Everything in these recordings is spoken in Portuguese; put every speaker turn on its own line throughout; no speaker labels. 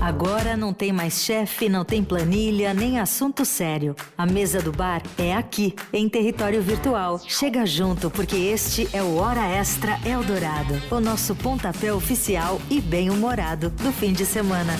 Agora não tem mais chefe, não tem planilha, nem assunto sério. A mesa do bar é aqui, em território virtual. Chega junto, porque este é o Hora Extra Eldorado o nosso pontapé oficial e bem-humorado do fim de semana.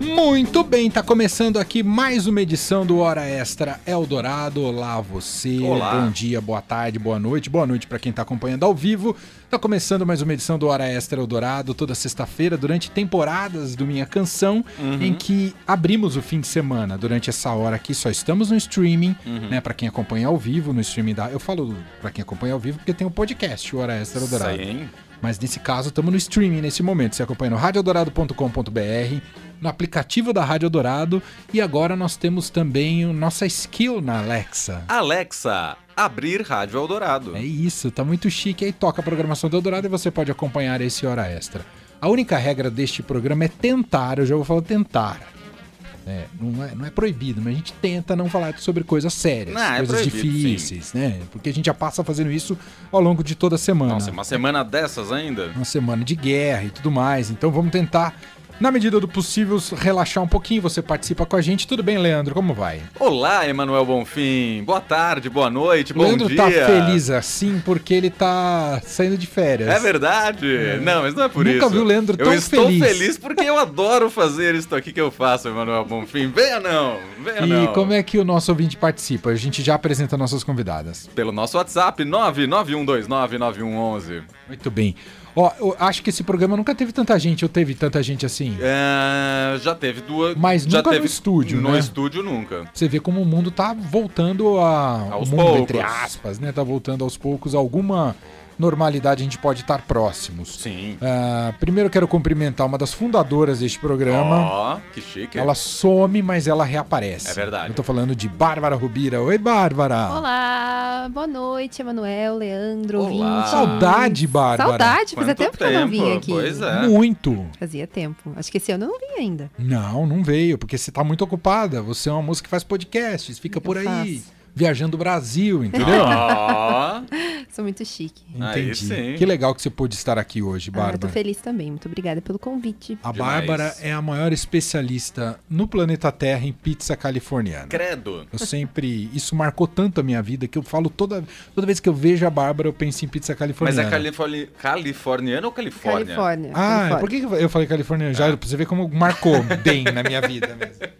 Muito bem, tá começando aqui mais uma edição do Hora Extra Eldorado. Olá você,
Olá.
bom dia, boa tarde, boa noite, boa noite pra quem tá acompanhando ao vivo. Tá começando mais uma edição do Hora Extra Eldorado, toda sexta-feira, durante temporadas do Minha Canção,
Uhum.
em que abrimos o fim de semana. Durante essa hora aqui só estamos no streaming,
Uhum.
né, Pra quem acompanha ao vivo, no streaming da... Eu falo pra quem acompanha ao vivo porque tem o podcast, o Hora Extra Eldorado.
Sim.
Mas nesse caso, estamos no streaming nesse momento. Você acompanha no radiodourado.com.br, no aplicativo da Rádio Dourado e agora nós temos também o nossa skill na Alexa.
Alexa, abrir Rádio Eldorado.
É isso, tá muito chique. Aí toca a programação do Eldorado e você pode acompanhar esse Hora Extra. A única regra deste programa é tentar, eu já vou falar tentar. É, não, é, não é proibido, mas a gente tenta não falar sobre coisas sérias,
Não, é
coisas
proibido,
difíceis, né? Porque a gente já passa fazendo isso ao longo de toda a semana.
Nossa, uma semana dessas ainda?
uma semana de guerra e tudo mais. Então vamos tentar, na medida do possível, relaxar um pouquinho. Você participa com a gente. Tudo bem, Leandro? Como vai?
Olá, Emanuel Bonfim. Boa tarde, boa noite, bom
Leandro
dia.
tá feliz assim porque ele tá saindo de férias.
É verdade. Não, mas não é por
Nunca
isso.
vi o Leandro
eu
tão
estou
feliz.
feliz. porque eu adoro fazer isto aqui que eu faço, Emanuel Bonfim. Venha não, venha
E
não.
como é que o nosso ouvinte participa? A gente já apresenta nossas convidadas.
Pelo nosso WhatsApp, 991299111.
Muito bem. Ó, eu acho que esse programa nunca teve tanta gente, ou teve tanta gente assim.
É, já teve duas...
Mas
já
nunca no
teve
estúdio,
No
né?
estúdio, nunca.
Você vê como o mundo tá voltando a.
Aos
o mundo,
poucos.
entre aspas, né? Tá voltando aos poucos. a Alguma normalidade a gente pode estar próximos.
Sim.
Ah, primeiro eu quero cumprimentar uma das fundadoras deste programa. É
Ó, que chique.
Ela some, mas ela reaparece.
Oh, É verdade.
Eu tô falando de Bárbara Rubira. Oi, Bárbara.
Olá, boa noite, Emanuel, Leandro,
Olá.
ouvinte.
Saudade, Bárbara.
Saudade, fazia
Quanto
tempo, que eu não vinha aqui.
Pois é.
Muito.
Fazia tempo. Acho que esse ano eu não vim ainda.
Não, não veio, porque você tá muito ocupada. Você é uma moça que faz podcasts, fica
Eu
por aí,
faço.
viajando o Brasil, entendeu?
Ó,
Sou muito chique.
Aí
Entendi.
sim.
Que legal que você pôde estar aqui hoje,
Ah, eu tô
Bárbara.
feliz também. Muito obrigada pelo convite.
a
Demais.
Bárbara é a maior especialista no planeta Terra em pizza californiana.
credo.
Eu sempre. Isso marcou tanto a minha vida que eu falo toda, toda vez que eu vejo a Bárbara, eu penso em pizza
Mas
californiana.
é californi... californiano ou Califórnia?
É,
Califórnia.
Ah,
Califórnia.
por que que eu falei californiana?
Ah.
Já pra você ver como marcou bem na minha vida mesmo.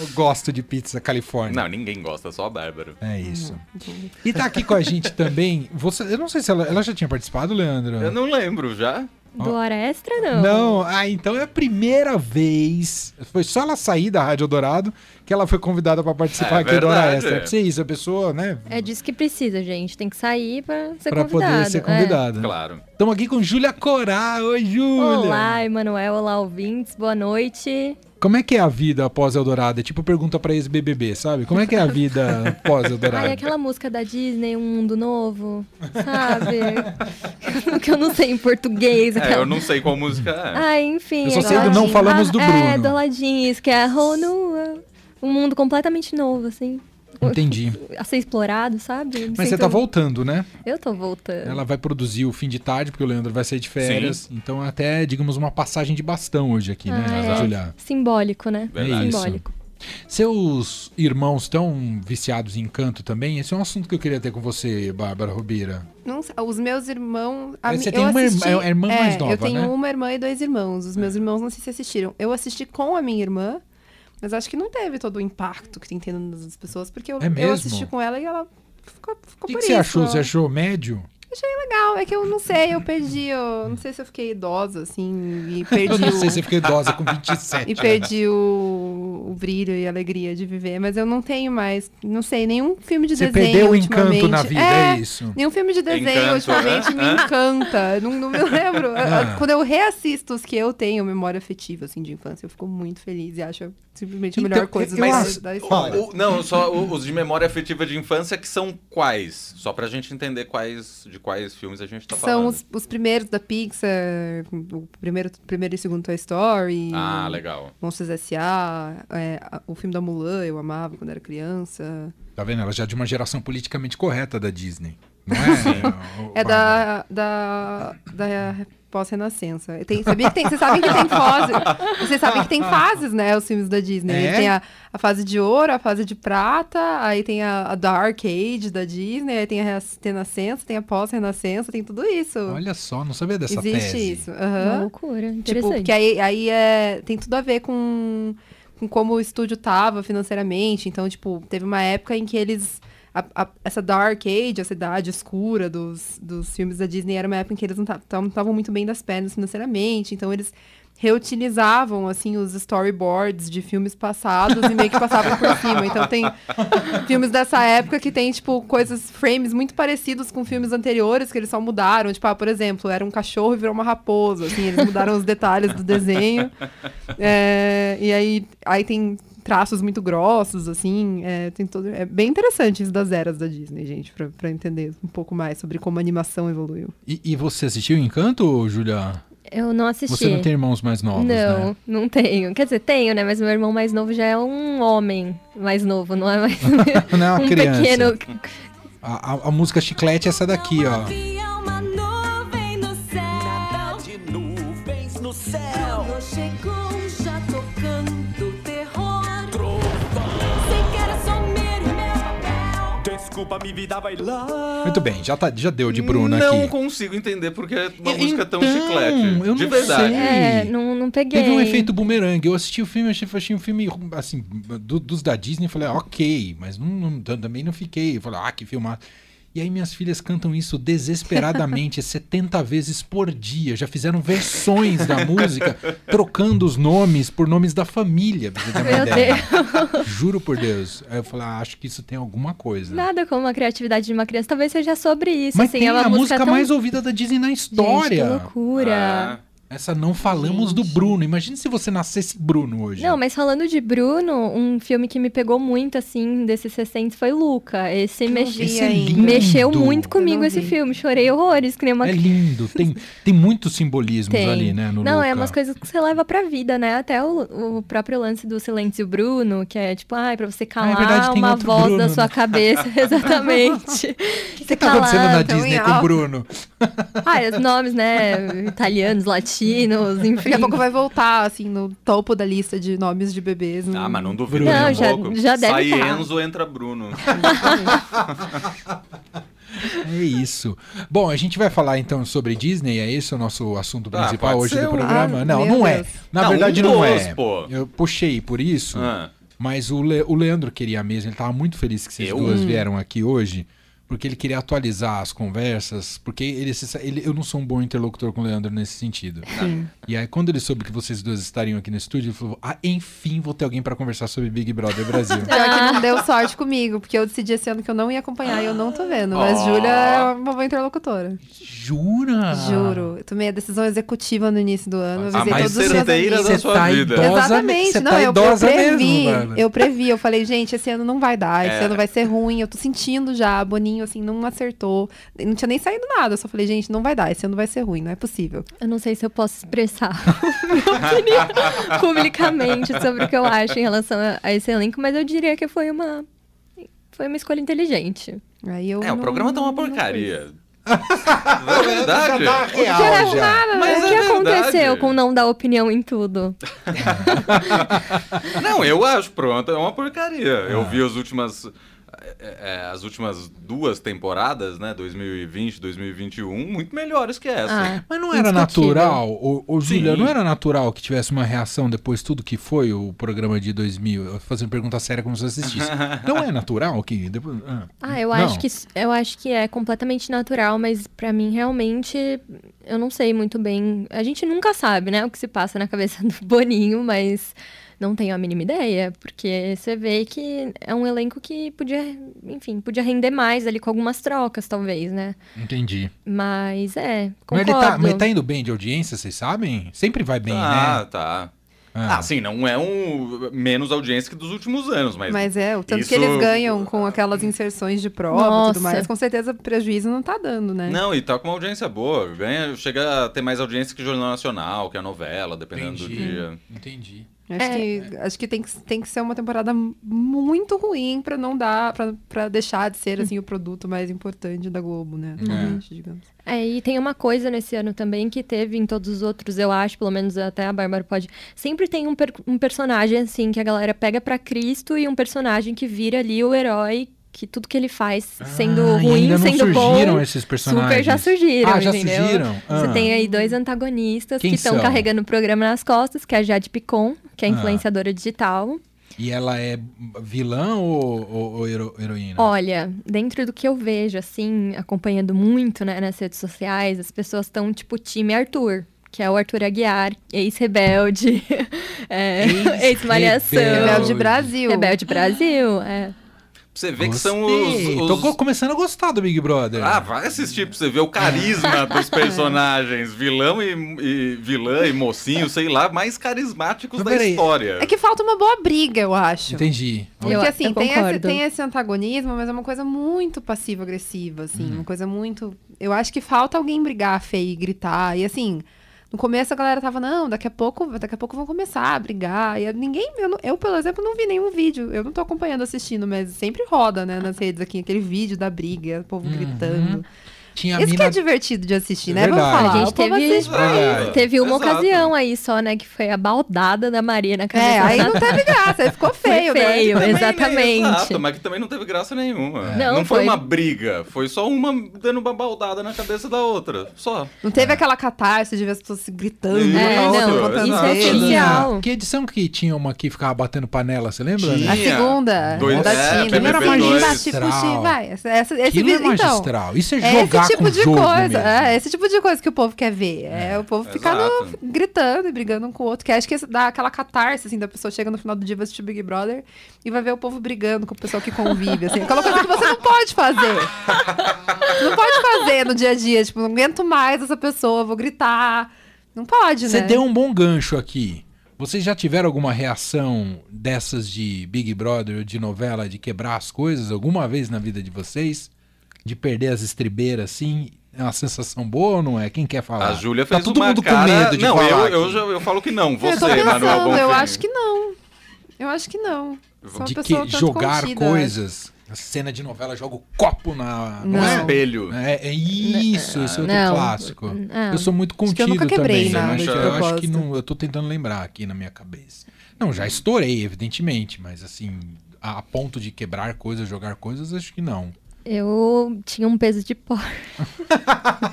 Eu gosto de pizza californiana.
Não, ninguém gosta, só a Bárbara.
É isso.
Ah,
E tá aqui com a gente também. Você, eu não sei se ela, ela já tinha participado, Leandro.
Eu não lembro já.
Do Hora Extra, não.
Não, ah, então é a primeira vez. Foi só ela sair da Rádio Dourado que ela foi convidada pra participar
É
aqui do Hora
verdade.
Extra. É pra ser isso, a pessoa, né?
É disso que precisa, gente. Tem que sair pra ser
pra
convidado.
poder ser
é.
convidada.
Claro.
Estamos aqui com Júlia Corá. Oi, Júlia.
Olá, Emanuel. Olá, ouvintes. Boa noite.
Como é que é a vida após Eldorado? É tipo pergunta pra ex-BBB, sabe? Como é que é a vida após
Ai,
Eldorado?
aquela música da Disney, Um Mundo Novo, sabe? que eu não sei em português.
É,
aquela-
eu não sei qual música é.
Ah, enfim.
Eu só sei
do
Aladdin.
Não Falamos do
É,
Bruno.
do Aladdin, isso que é a whole new, um mundo completamente novo, assim.
Entendi.
A ser explorado, sabe? Eu me
Mas você
sinto-
tá voltando, né?
Eu tô voltando.
Ela vai produzir o fim de tarde, porque o Leandro vai sair de férias. Então é até, digamos, uma passagem de bastão hoje aqui, né,
Ah, é.
Júlia?
Simbólico, né?
Verdade.
Simbólico.
Seus irmãos estão viciados em canto também? Esse é um assunto que eu queria ter com você, Bárbara Rubira.
Não sei, os meus irmãos. a
Mas
mi-
você tem
eu
uma irmã-
assisti-
é uma irmã mais
É,
nova,
Eu tenho
né? É.
uma irmã e dois irmãos. Os meus irmãos não sei se assistiram. Eu assisti com a minha irmã, mas acho que não teve todo o impacto que tem tendo nas pessoas, porque eu,
É
eu
mesmo?
assisti com ela e ela ficou,
O
ficou
que,
por
que você
isso, né?
achou?
ó.
Você achou médio?
legal, é que eu não sei, eu perdi, eu não sei se eu fiquei idosa, assim, e perdi
Eu não sei
o,
se eu fiquei idosa com
e
27.
perdi o, o brilho e a alegria de viver, mas eu não tenho mais, não sei, nenhum filme de
Você
desenho
perdeu o
ultimamente.
encanto na vida, é,
é,
isso?
Nenhum filme de desenho
Encanto,
ultimamente
né?
me
Hã?
encanta. Não, não me lembro. Eu-
Ah.
Quando eu reassisto os que eu tenho memória afetiva, assim, de infância, eu fico muito feliz e acho simplesmente a melhor
Então,
coisa
eu
da,
acho-
da história.
O- o- não, só o- os de memória afetiva de infância que são quais? Só pra gente entender quais de quais filmes a gente tá
São
falando.
os, os primeiros da Pixar, o primeiro, primeiro e segundo Toy Story.
Ah, legal.
Monstros S.A., é, a- o filme da Mulan eu amava quando era criança.
Tá vendo? Ela já é de uma geração politicamente correta da Disney. Não é? o- o-
É da, da, da pós-renascença. Tem- Sabia que tem? Vocês sabem que tem fases. Vocês sabem que tem fases, né? Os filmes da Disney.
É?
Tem a, a fase de ouro, a fase de prata, aí tem a, a Dark Age da Disney, aí tem a res- renascença, tem a pós-renascença, tem tudo isso.
Olha só, não sabia dessa
Existe
tese.
isso.
Uma
aham.
loucura,
Tipo,
interessante.
porque aí, aí é, tem tudo a ver com, com como o estúdio tava financeiramente. Então, tipo, teve uma época em que eles. a- a- essa Dark Age, essa idade escura dos, dos filmes da Disney, era uma época em que eles não estavam muito bem das pernas financeiramente. Então, eles reutilizavam, assim, os storyboards de filmes passados e meio que passavam por cima. Então, tem filmes dessa época que tem, tipo, coisas, frames muito parecidos com filmes anteriores que eles só mudaram. Tipo, ah, por exemplo, era um cachorro e virou uma raposa. Assim, eles mudaram os detalhes do desenho. É, e aí, aí tem traços muito grossos, assim. É, tem todo, é bem interessante isso das eras da Disney, gente, pra, pra entender um pouco mais sobre como a animação evoluiu.
E, e você assistiu Encanto, Julia?
Eu não assisti.
Você não tem irmãos mais novos,
não,
né?
não tenho. Quer dizer, tenho, né? Mas meu irmão mais novo já é um homem mais novo, não é mais
Não é uma
um
criança.
pequeno.
A, a- a música chiclete é essa daqui, ó.
Havia uma nuvem no céu.
de nuvens no céu.
Quando chegou já tocando terror. Sei que era só meu e meu papel.
Desculpa, me vida vai lá.
Muito bem, já, tá, já deu de Bruna
não
aqui.
consigo entender porque é uma
E-
música tão
então,
chiclete.
eu
de
não
verdade. Ah.
sei.
É, não, não peguei.
Teve um efeito bumerangue. Eu assisti o filme, achei, achei um filme, assim, do- dos da Disney. Falei, ah, ok, mas não, não- tam- também não fiquei. Eu Falei, ah, que filmar. E aí minhas filhas cantam isso desesperadamente, 70 vezes por dia. Já fizeram versões da música, trocando os nomes por nomes da família. pra você ter uma
Meu
ideia. Juro por Deus. Aí eu falei, ah, acho que isso tem alguma coisa.
Nada como a criatividade de uma criança. Talvez seja sobre isso.
Mas
assim,
tem
é uma
a música
tão...
mais ouvida da Disney na história.
Gente, que loucura.
Ah,
Essa não falamos do Bruno. Imagina se você nascesse Bruno hoje.
Não, mas falando de Bruno, um filme que me pegou muito, assim, desses recentes foi Luca. Esse mexe-
vi
Esse é
ainda.
lindo.
mexeu muito comigo
não
esse
vi.
filme. Chorei horrores, que nem uma
É lindo. Tem, tem muitos simbolismos
Tem.
ali, né? No
Não, é
Luca.
umas coisas que você leva pra vida, né? Até o, o próprio lance do Silêncio Bruno, que é tipo, ai, pra você calar
Ah, verdade, tem
uma
outro
voz
Bruno,
da
né?
sua cabeça, exatamente.
O que, que tá acontecendo na
tão em
Disney com o
alta.
Bruno?
Ai, Ah, os nomes, né? Italianos, latinos, enfim.
Daqui a pouco vai voltar, assim, no topo da lista de nomes de bebês. no-
Ah, mas não duvido
Não,
nem um
já-
pouco.
já deve
Sai
tá.
Enzo, entra Bruno.
É isso. Bom, a gente vai falar então sobre Disney. É esse o nosso assunto
Ah,
principal
pode
hoje
ser
do
um-
programa?
Ah,
não,
meu
não é.
Deus.
Na
Não,
verdade,
um
não
dois,
é.
pô.
Eu puxei por isso.
Ah.
Mas o, Le- o Leandro queria mesmo, ele tava muito feliz que vocês
Eu? Hum.
duas vieram aqui hoje, porque ele queria atualizar as conversas, porque ele, se sa- ele- eu não sou um bom interlocutor com o Leandro nesse sentido.
Tá.
E aí, quando ele soube que vocês duas estariam aqui no estúdio, ele falou: Ah, enfim, vou ter alguém pra conversar sobre Big Brother Brasil.
Pior que
Ah.
não deu sorte comigo, porque eu decidi esse ano que eu não ia acompanhar e eu não tô vendo. Mas
Ó.
Júlia é uma boa interlocutora.
Jura?
Juro. Eu tomei a decisão executiva no início do ano.
A
avisei
mais
todos os meus
certeira
amigos.
da
Você
sua
tá
vida.
idosa,
Exatamente.
Você
não,
tá
eu, eu
idosa
previ.
mesmo, mano.
eu previ. Eu falei, gente, esse ano não vai dar. Esse
É.
ano vai ser ruim. Eu tô sentindo já. Boninho, assim, não acertou. Não tinha nem saído nada. Eu só falei, gente, não vai dar. Esse ano vai ser ruim. Não é possível.
Eu não sei se eu posso expressar minha opinião publicamente sobre o que eu acho em relação a, a esse elenco, mas eu diria que foi uma. Foi uma escolha inteligente.
Aí eu
É, o
não-
programa tá uma
não- não
porcaria. é verdade.
real
Não
Ah, já.
nada,
Mas
o
é
que
verdade.
aconteceu com não dar opinião em tudo?
Tá
Não, eu acho, pronto, é uma porcaria.
Ah.
Eu vi as últimas. é, é, as últimas duas temporadas, né? 2020, 2021, muito melhores que essa.
Ah.
Mas não era
Indiscutível.
natural, o, o
né? Sim.
Julia, não era natural que tivesse uma reação depois tudo que foi o programa de 2000? Eu tô Fazendo pergunta séria como se eu assistisse. não é natural que depois... ah,
Ah, eu
não.
acho que s- eu acho que é completamente natural, mas pra mim realmente eu não sei muito bem. A gente nunca sabe, né, o que se passa na cabeça do Boninho, mas não tenho a mínima ideia, porque você vê que é um elenco que podia, enfim, podia render mais ali com algumas trocas, talvez, né?
Entendi.
Mas é,
Mas ele,
concordo.
tá, mas ele tá indo bem de audiência, vocês sabem? Sempre vai bem,
tá,
né?
tá. Ah, sim, não é um menos audiência que dos últimos anos, mas.
Mas é, o tanto
isso-
que eles ganham com aquelas inserções de prova e
Nossa.
tudo mais, com certeza prejuízo não tá dando, né?
Não, e tá com uma audiência boa. Ganha, chega a ter mais audiência que o Jornal Nacional, que é a novela, dependendo do
Entendi.
dia.
Entendi.
Acho, que, acho que tem que tem que ser uma temporada muito ruim pra não dar pra- pra deixar de ser assim o produto mais importante da Globo, né? Atualmente, digamos.
É, e tem uma coisa nesse ano também que teve em todos os outros, eu acho, pelo menos até a Bárbara pode. Sempre tem um, per- um personagem, assim, que a galera pega pra Cristo e um personagem que vira ali o herói, que tudo que ele faz, sendo
Ah, e
ruim,
ainda não
sendo
surgiram
bom.
esses personagens.
Super já surgiram,
Ah, já
entendeu?
surgiram? Ah.
Você tem aí dois antagonistas
Quem
que estão
são?
carregando o programa nas costas, que é a Jade Picon, que é
Ah.
influenciadora digital.
E ela é vilã ou, ou- ou hero- heroína?
Olha, dentro do que eu vejo, assim, acompanhando muito né, nas redes sociais, as pessoas estão tipo time Arthur, que é o Arthur Aguiar, ex-rebelde, é, ex-malhação.
Rebelde
Rebelde.
Brasil.
Rebelde Brasil, é.
Pra você ver que são os.
Gostei.
os-
Tô co- começando a gostar do Big
É.
Brother.
Ah, vai assistir pra você ver o carisma dos personagens. Vilão e, e vilã e mocinho, sei lá, mais carismáticos
Mas
da
peraí.
história.
É que falta uma boa briga, eu acho.
Entendi.
Eu-
Porque assim,
eu
tem, esse,
concordo.
tem esse antagonismo, mas é uma coisa muito passivo-agressiva, assim,
Uhum.
uma coisa muito. Eu acho que falta alguém brigar feio e gritar. E assim, no começo a galera tava, não, daqui a pouco, daqui a pouco vão começar a brigar. E ninguém. Eu, não- eu, pelo exemplo, não vi nenhum vídeo. Eu não tô acompanhando, assistindo, mas sempre roda, né, nas redes aqui, aquele vídeo da briga, o povo
Uhum.
gritando.
Tinha a
Isso que
mina
é divertido de assistir, né?
Verdade.
Vamos falar.
A
o
gente
povo
teve,
assiste pra
pra
Ah,
isso.
teve uma
Exato.
ocasião aí só, né, que foi a baldada da Maria na cabeça
É, aí
da
não teve graça, aí ficou
Foi
feio, né?
feio,
Também, né?
exatamente.
Exato, mas que também não teve graça nenhuma.
É.
Não,
foi...
foi-
uma briga, foi só uma dando uma baldada na cabeça da outra. Só.
Não teve aquela catarse de ver as pessoas se gritando. né?
É,
uma outra
não,
botando
isso é
medo.
difícil. Oficial.
Que edição que tinha uma que ficava batendo panela, você lembra?
Tinha.
né?
A segunda,
Dois-
da
é,
China.
PPP
Era
dois.
magistral.
Magistral.
Vai, essa- essa- esse
Aquilo é
vídeo, então,
magistral. Isso é
é
jogar
esse tipo
com
de
jogo
coisa.
mesmo.
É esse tipo de coisa que o povo quer ver. É, o povo ficar no-
exato.
gritando e brigando um com o outro. Que acho que esse- dá aquela catarse, assim, da pessoa chega no final do dia, vai assistir Big Brother e vai ver o povo brigando com o pessoal que convive, assim. Aquela coisa que você não pode fazer. não pode fazer no dia a dia. Tipo, não aguento mais essa pessoa, vou gritar. Não pode,
Você
né?
deu um bom gancho aqui. Vocês já tiveram alguma reação dessas de Big Brother ou de novela, de quebrar as coisas alguma vez na vida de vocês? De perder as estribeiras assim? É uma sensação boa ou não é? Quem quer
Ah.
falar?
A Júlia
tá
fez
todo
uma
mundo
cara...
com medo de
não,
falar.
eu,
aqui.
eu, já- eu falo que não. Você, é
eu tô
Manuel
pensando,
Bonfim.
eu acho que não. Eu acho que não. Sou uma
De
pessoa
que
tanto
jogar
contida, né? eu acho.
coisas. A cena de novela joga o copo na.
Um
Não.
espelho.
É, é isso, esse é outro
Não. Ah.
clássico.
Não.
Eu sou muito
Acho que eu
contido
nunca quebrei
também.
nada
eu
de
acho- eu acho
propósito.
que não. Eu tô tentando lembrar aqui na minha cabeça. Não, já estourei, evidentemente, mas assim, a, a ponto de quebrar coisas, jogar coisas, acho que não.
Eu tinha um peso de pó.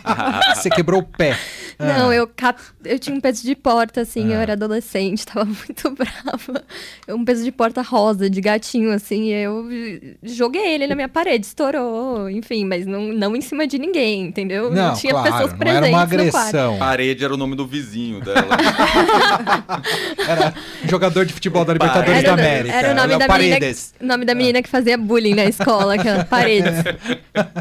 Ah,
Você quebrou o pé.
Não,
Ah,
eu, cap- eu tinha um peso de porta, assim,
É.
eu era adolescente, tava muito brava. Um peso de porta rosa, de gatinho, assim, e eu joguei ele na minha parede, estourou, enfim, mas não, não em cima de ninguém, entendeu?
Não,
tinha
claro,
pessoas
não
presentes
era uma
no quarto.
É.
agressão.
Parede era o nome do vizinho dela.
Era jogador de futebol da Libertadores
Era,
da
o no-
América.
era o nome
Léo
da, menina,
Paredes. É.
o nome da menina que fazia bullying na escola, aquela Paredes.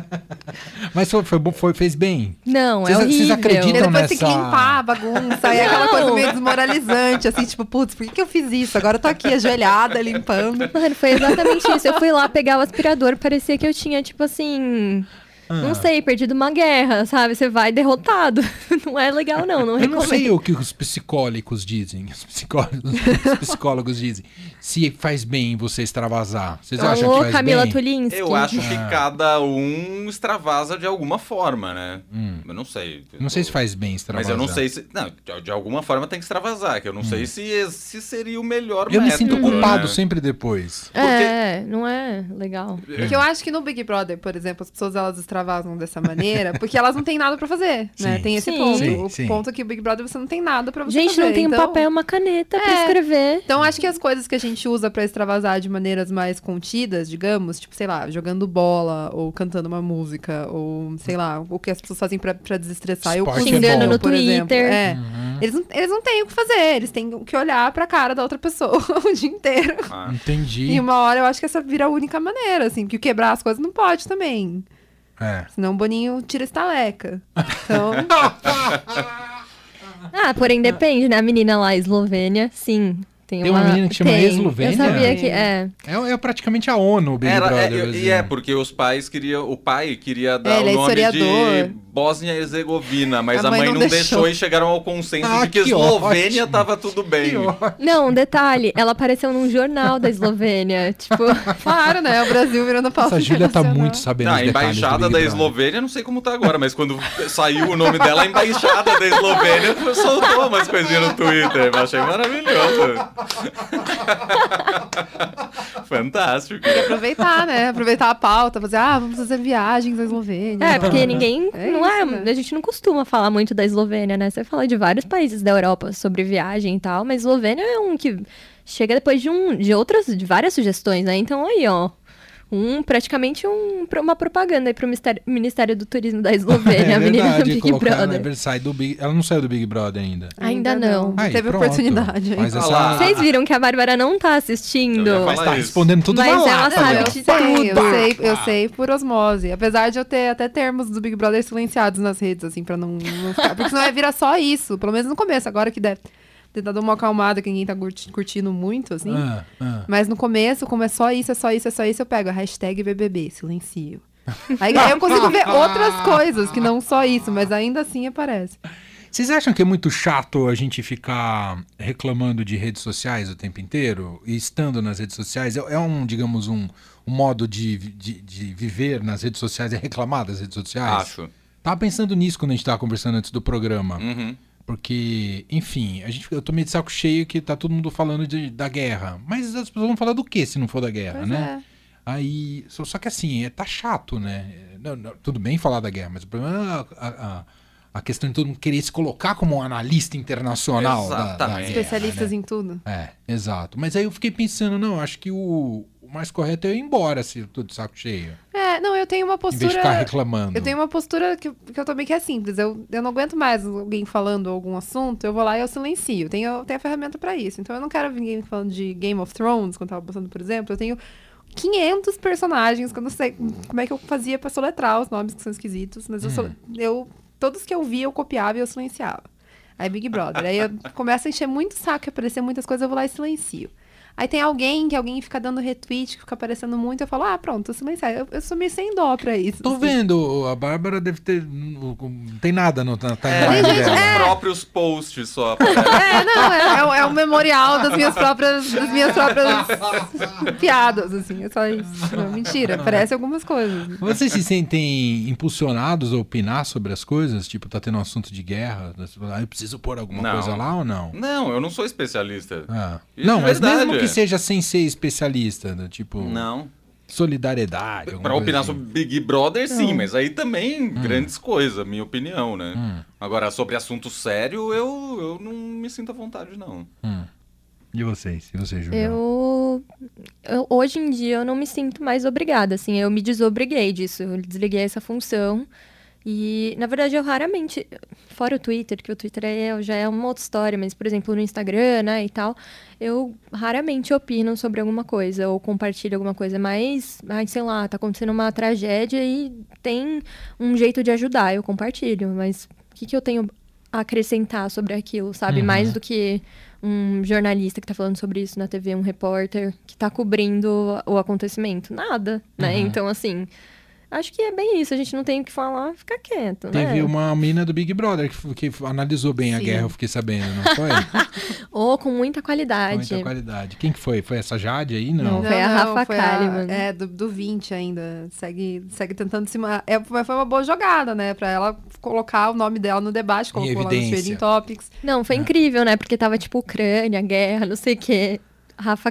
Mas foi, foi, bom- foi- fez bem.
Não,
Vocês-
é
vocês
horrível.
E
acreditam?
depois
Então,
tem que
nessa-
limpar a bagunça, e é aquela
Não.
coisa meio desmoralizante, assim, tipo, putz, por que, que eu fiz isso? Agora eu tô aqui ajoelhada, limpando.
Mano, foi exatamente isso. Eu fui lá pegar o aspirador, parecia que eu tinha, tipo assim.
Ah.
Não sei, perdido uma guerra, sabe? Você vai derrotado. Não é legal, não. Não
Eu não
recomendo.
sei o que os psicólicos dizem, os psicólogos, os psicólogos dizem, se faz bem você extravasar. Vocês acham que
Alô,
faz
Tá Camila
bem?
Tulinski.
eu acho que
é?
cada um extravasa de alguma forma, né?
Hum.
Eu não sei.
Não sei se faz bem
Mas
extravasar. Hum.
eu não sei se. Não, de, de alguma forma tem que extravasar, que eu não sei se, esse- se seria o melhor
Eu me
método,
sinto
Uhum.
culpado
né?
sempre depois.
É, não é legal.
Porque eu acho que no Big Brother, por exemplo, as pessoas elas extravasam dessa maneira, porque elas não têm nada pra fazer, né?
Sim.
Tem esse
Sim.
ponto.
Sim,
o
sim.
ponto é que o Big Brother você não tem nada pra você
Gente,
fazer.
não tem um
então-
papel, uma caneta pra
É.
escrever.
Então, acho que as coisas que a gente usa pra extravasar de maneiras mais contidas, digamos, tipo, sei lá, jogando bola, ou cantando uma música, ou sei lá, o que as pessoas fazem pra, pra desestressar. Eu
Esporte
cozinho,
é bom. Uhum. Xingando
no
por exemplo.
Twitter.
É. Eles, não, eles não têm o que fazer, eles têm que olhar pra cara da outra pessoa o dia inteiro.
Ah,
Entendi.
E uma hora eu acho que essa vira a única maneira, assim, porque quebrar as coisas não pode também.
É.
Senão o Boninho tira estaleca. Então.
Ah, porém depende, né? A menina lá, eslovênia, sim. Tem,
Tem uma menina que chama
Tem.
Eslovênia?
Eu sabia que. É.
É, é praticamente a ONU, o Big
Era, é,
Brother. assim.
e é, porque os pais queriam. O pai queria dar
ele é
o nome de
historiador.
Bósnia e Herzegovina, mas
A
a mãe,
mãe
não
não
deixou
deixou.
e chegaram ao consenso
Ah,
de que,
que
Eslovênia
ótimo.
tava tudo bem. Tá,
Que ótimo.
Não, um detalhe, ela apareceu num jornal da Eslovênia. tipo,
Claro, né? O Brasil virando pauta
Essa Júlia tá
internacional.
muito sabendo
Tá,
os
a
detalhes do
embaixada
Big
da
Brother.
Eslovênia, não sei como tá agora, mas quando saiu o nome dela, a embaixada da Eslovênia soltou umas coisinhas no Twitter. Eu achei maravilhoso. Fantástico.
Aproveitar, né? Aproveitar a pauta, fazer, ah, vamos fazer viagens à Eslovênia.
é, porque ninguém.
É
não é,
isso, né?
A gente não costuma falar muito da Eslovênia, né? Você fala de vários países da Europa sobre viagem e tal, mas Eslovênia é um que chega depois de, um, de outras, de várias sugestões, né? Então aí, ó. Um, praticamente um, uma propaganda aí pro Ministério, Ministério do Turismo da Eslovênia,
É
a menina do
verdade,
Big
colocaram,
Brother.
né, sai do Big- Ela não saiu do Big Brother ainda.
Ainda não.
Aí,
teve
pronto.
oportunidade.
Mas
Olha
essa-
lá.
Vocês viram que a Bárbara não tá assistindo.
Eu ia falar
Mas tá
isso.
respondendo tudo
Mas
na
ela
lata,
sabe
né?
Eu
de
sei, eu sei, eu sei por osmose. Apesar de eu ter até termos do Big Brother silenciados nas redes, assim, pra não, não ficar. Porque senão ia virar só isso. Pelo menos no começo, agora que deve ter dado uma acalmada que ninguém tá curti- curtindo muito, assim.
Ah, ah.
Mas no começo, como é só isso, é só isso, é só isso, eu pego a hashtag BBB, silencio. Aí, aí eu consigo ver outras
Ah.
coisas que não só isso, mas ainda assim aparece.
Vocês acham que é muito chato a gente ficar reclamando de redes sociais o tempo inteiro? E estando nas redes sociais? É, é um, digamos, um, um modo de, de, de viver nas redes sociais é reclamar das redes sociais?
Acho.
Tava pensando nisso quando a gente tava conversando antes do programa. Porque, enfim, a gente, eu tô meio de saco cheio que tá todo mundo falando de- da guerra. Mas as pessoas vão falar do que se não for da guerra,
Pois é.
né? Aí. Só, só que assim, é, tá chato, né? É, não- não, tudo bem falar da guerra, mas o problema é a, a- a- a questão de todo mundo querer se colocar como um analista internacional. da- da
Exatamente.
guerra,
Especialistas
né?
em tudo.
É, exato. Mas aí eu fiquei pensando, não, acho que o, o mais correto é eu ir embora se eu tô de saco cheio.
É, não, eu tenho uma
Em
postura.
vez de ficar reclamando.
Eu tenho uma postura que, que eu também que é simples. Eu, eu não aguento mais alguém falando algum assunto, eu vou lá e eu silencio. Tenho, eu tenho a ferramenta pra isso. Então eu não quero ninguém falando de Game of Thrones, quando eu tava passando, por exemplo. Eu tenho 500 personagens que eu não sei como é que eu fazia pra soletrar os nomes que são esquisitos, mas eu, sole- eu todos que eu via eu copiava e eu silenciava. Aí Big Brother. Aí eu começo a encher muito o saco e aparecer muitas coisas, eu vou lá e silencio. Aí tem alguém que alguém fica dando retweet, que fica aparecendo muito, eu falo, ah, pronto, silenciar. Eu, eu sou meio sem dó pra isso.
Tô
assim.
vendo, a Bárbara deve ter. Não não tem nada no, na
É,
timeline
gente,
dela.
os próprios posts só.
É, não, é, é, um- é um memorial das minhas próprias, das minhas próprias piadas, assim, é só isso. Não, mentira, parece algumas coisas.
Vocês se sentem impulsionados a opinar sobre as coisas? Tipo, tá tendo um assunto de guerra? né? Você fala, Ah, eu preciso pôr alguma
Não.
coisa lá ou não?
Não, eu não sou especialista.
Ah.
Isso
não,
é
mas
verdade,
mesmo
é.
que seja sem ser especialista, né? tipo,
Não.
solidariedade. alguma
Pra
coisa
opinar
assim.
sobre Big Brother, sim, mas aí também
Hum.
grandes coisas, minha opinião, né?
assim.
Agora, sobre assunto sério, eu, eu não me sinto à vontade, não.
E vocês? E você, Juliana?
Eu, eu- Hoje em dia eu não me sinto mais obrigada, assim. Eu me desobriguei disso. Eu desliguei essa função. E, na verdade, eu raramente. Fora o Twitter, que o Twitter é, já é uma outra história, mas, por exemplo, no Instagram, né, e tal, eu raramente opino sobre alguma coisa ou compartilho alguma coisa. Mas, ai, sei lá, tá acontecendo uma tragédia e tem um jeito de ajudar, eu compartilho. Mas o que, que eu tenho a acrescentar sobre aquilo, sabe?
Uhum.
Mais do que um jornalista que tá falando sobre isso na TV, um repórter que tá cobrindo o acontecimento. Nada, né?
Uhum.
Então, assim, acho que é bem isso. A gente não tem o que falar, fica quieto,
Teve
né?
uma mina do Big Brother que, f- que f- analisou bem a
Sim.
guerra, eu fiquei sabendo, não foi? Com
Ou com muita qualidade.
Muita qualidade. Quem que foi? Foi essa Jade aí? Não.
Não. Foi a Rafa
foi
Kalimann.
É, do, do 20 ainda. Segue, segue tentando se. ma- É, foi foi uma boa jogada, né? Pra ela colocar o nome dela no debate, colocou lá no
evidência.
Trading Topics.
Não,
Ah.
foi incrível, né? Porque tava tipo Ucrânia, guerra, não sei o quê. Rafa